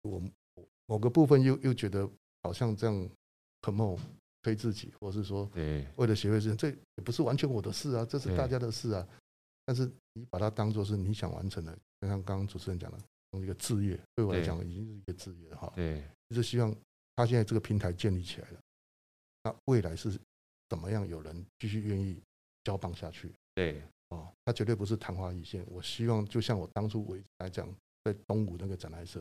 Speaker 2: 我某个部分又又觉得好像这样 promo 推自己，或是说
Speaker 1: 对，
Speaker 2: 为了协会事情，这也不是完全我的事啊，这是
Speaker 1: 对
Speaker 2: 大家的事啊。但是你把它当做是你想完成的，就像刚刚主持人讲的，一个志业，对我来
Speaker 1: 对
Speaker 2: 讲已经是一个志业了哈。
Speaker 1: 对，
Speaker 2: 就是希望他现在这个平台建立起来了，那未来是怎么样有人继续愿意交棒下去？
Speaker 1: 对，
Speaker 2: 哦，它绝对不是昙花一现。我希望就像我当初我一直来讲，在东吴那个展览社，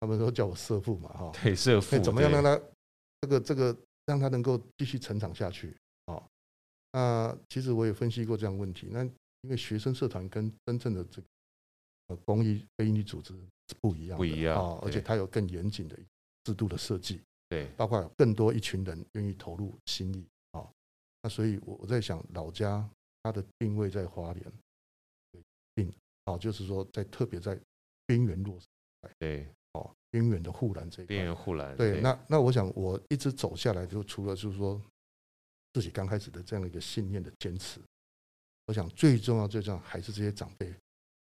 Speaker 2: 他们都叫我社父嘛，哈、
Speaker 1: 对， 社
Speaker 2: 那
Speaker 1: 父
Speaker 2: 哎怎么样
Speaker 1: 对
Speaker 2: 让他这个这个让他能够继续成长下去？哦，那其实我也分析过这样的问题。那因为学生社团跟真正的这个呃公益非营利组织是不一样的，
Speaker 1: 不一样
Speaker 2: 哦，而且
Speaker 1: 对
Speaker 2: 它有更严谨的制度的设计，
Speaker 1: 对
Speaker 2: 包括有更多一群人愿意投入心力。哦，那所以我我在想，老家它的定位在花莲，定哦，就是说在特别在边缘弱势
Speaker 1: 对
Speaker 2: 哦边缘的护栏这一块
Speaker 1: 边。缘护栏，
Speaker 2: 对，那那我想我一直走下来，就除了就是说自己刚开始的这样一个信念的坚持，我想最重要最重要还是这些长辈。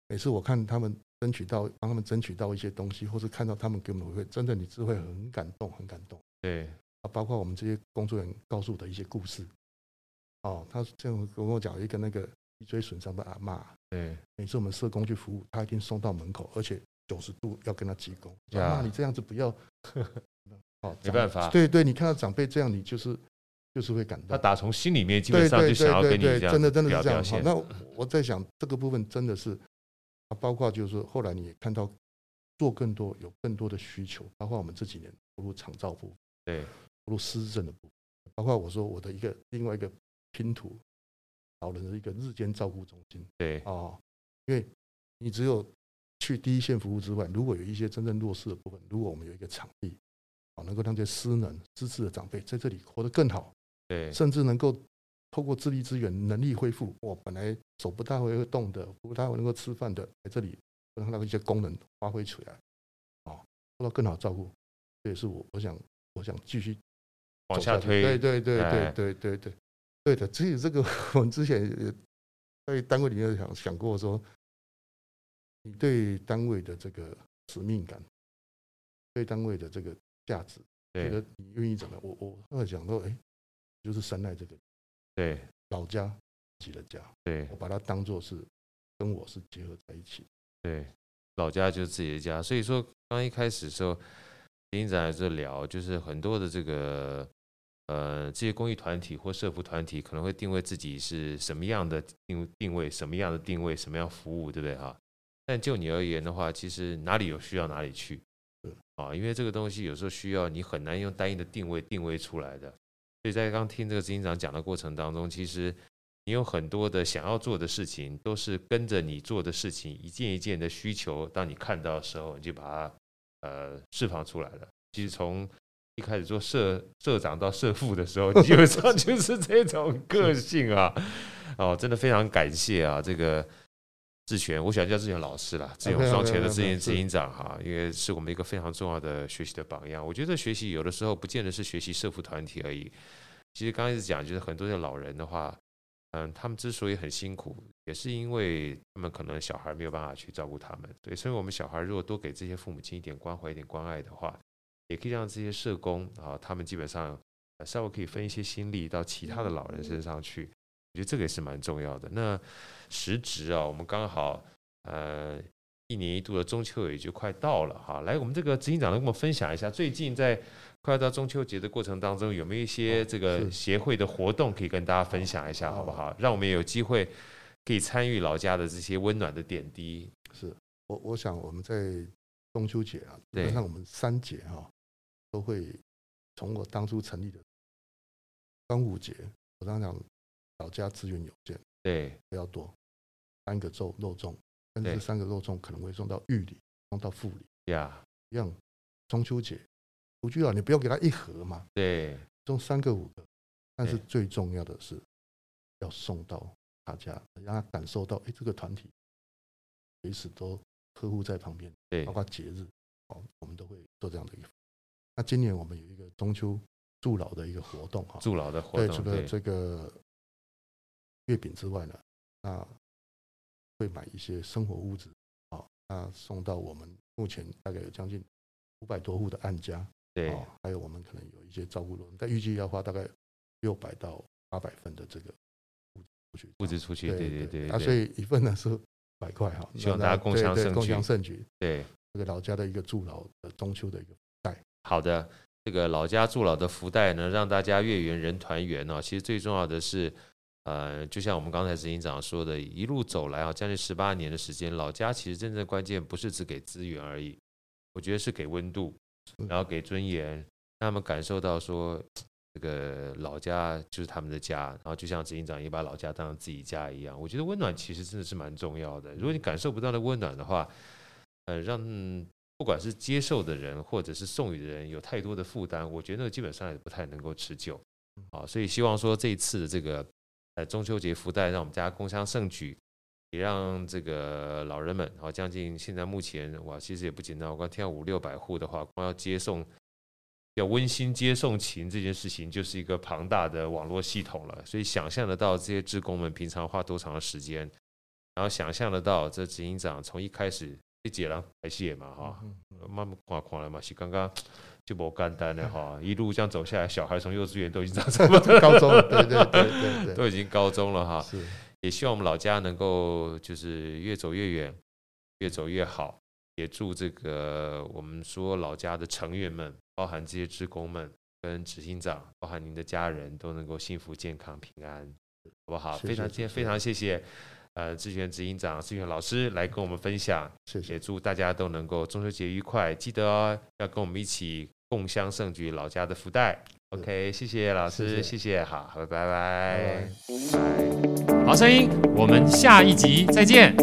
Speaker 2: 每次我看他们争取到，帮他们争取到一些东西，或是看到他们给我们回馈，真的你是会很感动，很感动
Speaker 1: 对
Speaker 2: 啊！包括我们这些工作人员告诉我的一些故事，哦，他这样跟我讲一个那个脊椎损伤的阿嬷，
Speaker 1: 对
Speaker 2: 每次我们社工去服务，他一定送到门口，而且九十度要跟他鞠躬。
Speaker 1: 呀
Speaker 2: 啊，你这样 子不要，哦，
Speaker 1: 没办法
Speaker 2: 对对，你看到长辈这样，你就是就是会感
Speaker 1: 他
Speaker 2: 动。
Speaker 1: 打从心里面基本
Speaker 2: 对
Speaker 1: 上
Speaker 2: 对
Speaker 1: 就想要
Speaker 2: 对
Speaker 1: 跟你
Speaker 2: 对
Speaker 1: 这
Speaker 2: 对，
Speaker 1: 样
Speaker 2: 真的真的
Speaker 1: 表
Speaker 2: 是这
Speaker 1: 表
Speaker 2: 样。好，
Speaker 1: 现，
Speaker 2: 那我在想这个部分真的是，啊包括就是说后来你也看到做更多有更多的需求，包括我们这几年投入长照部，
Speaker 1: 对，
Speaker 2: 投入失智症的部分，包括我说我的一个另外一个拼图，老人的一个日间照顾中心。
Speaker 1: 对
Speaker 2: 哦，因为你只有去第一线服务之外，如果有一些真正弱势的部分，如果我们有一个场地，哦，能够让这些失能、失智的长辈在这里活得更好，
Speaker 1: 对
Speaker 2: 甚至能够透过智力资源、能力恢复，我本来手不大会动的、不大会能够吃饭的，在这里让他的一些功能发挥出来，哦，做到更好照顾，这也是我我想我想继续
Speaker 1: 往下
Speaker 2: 走去对
Speaker 1: 推，
Speaker 2: 对对
Speaker 1: 哎
Speaker 2: 对对对对，对的。所以这个 我们之前也在单位里面想想过说，你对单位的这个使命感，对单位的这个价值，
Speaker 1: 对
Speaker 2: 觉得你愿意怎么样？我我后来想说，哎，就是山奈这个
Speaker 1: 对
Speaker 2: 老家自己的家，
Speaker 1: 对
Speaker 2: 我把它当做是跟我是结合在一起。
Speaker 1: 对，老家就是自己的家，所以说刚一开始的时候，林长也在聊，就是很多的这个呃这些公益团体或社服团体可能会定位自己是什么样的定定位，什么样的定位，什么样服务，对不对哈？但就你而言的话，其实哪里有需要哪里去
Speaker 2: 是，
Speaker 1: 啊，因为这个东西有时候需要你很难用单一的定位定位出来的。所以在刚听这个执行长讲的过程当中，其实你有很多的想要做的事情，都是跟着你做的事情一件一件的需求，当你看到的时候，你就把它呃释放出来了。其实从一开始做社社长到社副的时候，基本上就是这种个性啊。哦，真的非常感谢啊，这个志全，我喜欢叫志全老师啦，志
Speaker 2: 没
Speaker 1: 勇
Speaker 2: 有
Speaker 1: 双
Speaker 2: 没有
Speaker 1: 全的
Speaker 2: 没有
Speaker 1: 志
Speaker 2: 没有
Speaker 1: 英
Speaker 2: 是
Speaker 1: 志英长哈，因为是我们一个非常重要的学习的榜样。我觉得学习有的时候不见得是学习社服团体而已。其实刚开始讲，就是很多的老人的话，嗯，他们之所以很辛苦，也是因为他们可能小孩没有办法去照顾他们。对，所以我们小孩如果多给这些父母亲一点关怀、一点关爱的话，也可以让这些社工啊，他们基本上呃稍微可以分一些心力到其他的老人身上去。我觉得这个也是蛮重要的。那时值啊，我们刚好呃一年一度的中秋也就快到了哈。来，我们这个执行长来跟我们分享一下，最近在快要到中秋节的过程当中，有没有一些
Speaker 2: 哦
Speaker 1: 这个
Speaker 2: 是
Speaker 1: 协会的活动可以跟大家分享一下，
Speaker 2: 好
Speaker 1: 好不好？让我们也有机会可以参与老家的这些温暖的点滴。
Speaker 2: 是我我想我们在中秋节啊，基
Speaker 1: 对
Speaker 2: 本上我们三节哈、都会从我当初成立的端午节，我刚刚讲老家资源有限
Speaker 1: 对
Speaker 2: 比较多，三个肉肉粽，但是
Speaker 1: 对
Speaker 2: 这三个肉粽可能会送到玉里，送到富里，
Speaker 1: 呀，
Speaker 2: 一样中秋节，独居老你不要给他一盒嘛，
Speaker 1: 对
Speaker 2: 送三个五个，但是
Speaker 1: 对
Speaker 2: 最重要的是要送到大家，让他感受到，哎，这个团体随时都呵护在旁边，
Speaker 1: 对
Speaker 2: 包括节日，哦，我们都会做这样的一个。那今年我们有一个中秋助老的一个活动哈，
Speaker 1: 助老的活
Speaker 2: 对，
Speaker 1: 动，
Speaker 2: 除了
Speaker 1: 对
Speaker 2: 这个月饼之外呢，那会买一些生活物资，好，那送到我们目前大概有将近五百多户的案家，
Speaker 1: 对
Speaker 2: 哦，还有我们可能有一些照顾人，但预计要花大概六百到八百份的这个物资出去，
Speaker 1: 物资出去，对对对
Speaker 2: 啊，所以一份呢是百块哈，
Speaker 1: 希望
Speaker 2: 那
Speaker 1: 大家共
Speaker 2: 对
Speaker 1: 襄
Speaker 2: 对
Speaker 1: 盛
Speaker 2: 共
Speaker 1: 举
Speaker 2: 襄盛举，
Speaker 1: 对。
Speaker 2: 这个老家的一个助老的中秋的一个，
Speaker 1: 好的，这个老家助老的福袋呢，让大家月圆人团圆哦。其实最重要的是，呃，就像我们刚才执行长说的，一路走来啊，将近十八年的时间，老家其实真正关键不是只给资源而已，我觉得是给温度，然后给尊严，让他们感受到说。这个老家就是他们的家，然后就像执行长也把老家当成自己家一样。我觉得温暖其实真的是蛮重要的。如果你感受不到的温暖的话，呃，让不管是接受的人或者是送予的人有太多的负担，我觉得那个基本上也不太能够持久。好，所以希望说这一次的这个呃中秋节福袋，让我们家工商盛举，也让这个老人们，好将近现在目前哇，其实也不简单，我光听到五六百户的话，光要接送。要温馨接送情这件事情，就是一个庞大的网络系统了，所以想象得到这些职工们平常花多长的时间，然后想象得到这执行长从一开始一解了排泄嘛哈，
Speaker 2: 嗯
Speaker 1: 慢慢看看了嘛，是刚刚就不简单的哈，一路这样走下来，小孩从幼稚园都已经长这么，
Speaker 2: 高中了，对对对 对对，
Speaker 1: 都已经高中了哈，
Speaker 2: 是
Speaker 1: 也希望我们老家能够就是越走越远，越走越好。也祝这个我们说老家的成员们，包含这些职工们跟执行长，包含您的家人，都能够幸福、健康、平安，好不好？
Speaker 2: 谢谢
Speaker 1: 非常
Speaker 2: 主持
Speaker 1: 谢，
Speaker 2: 人
Speaker 1: 非常谢谢，呃，志远执行长、志远老师来跟我们分享，
Speaker 2: 谢谢
Speaker 1: 也祝大家都能够中秋节愉快。记得哦，要跟我们一起共襄盛举老家的福袋。
Speaker 2: 是
Speaker 1: OK，谢谢老师，
Speaker 2: 谢谢
Speaker 1: 谢谢，好，好拜拜
Speaker 2: 拜拜
Speaker 1: 好声音，我们下一集再见。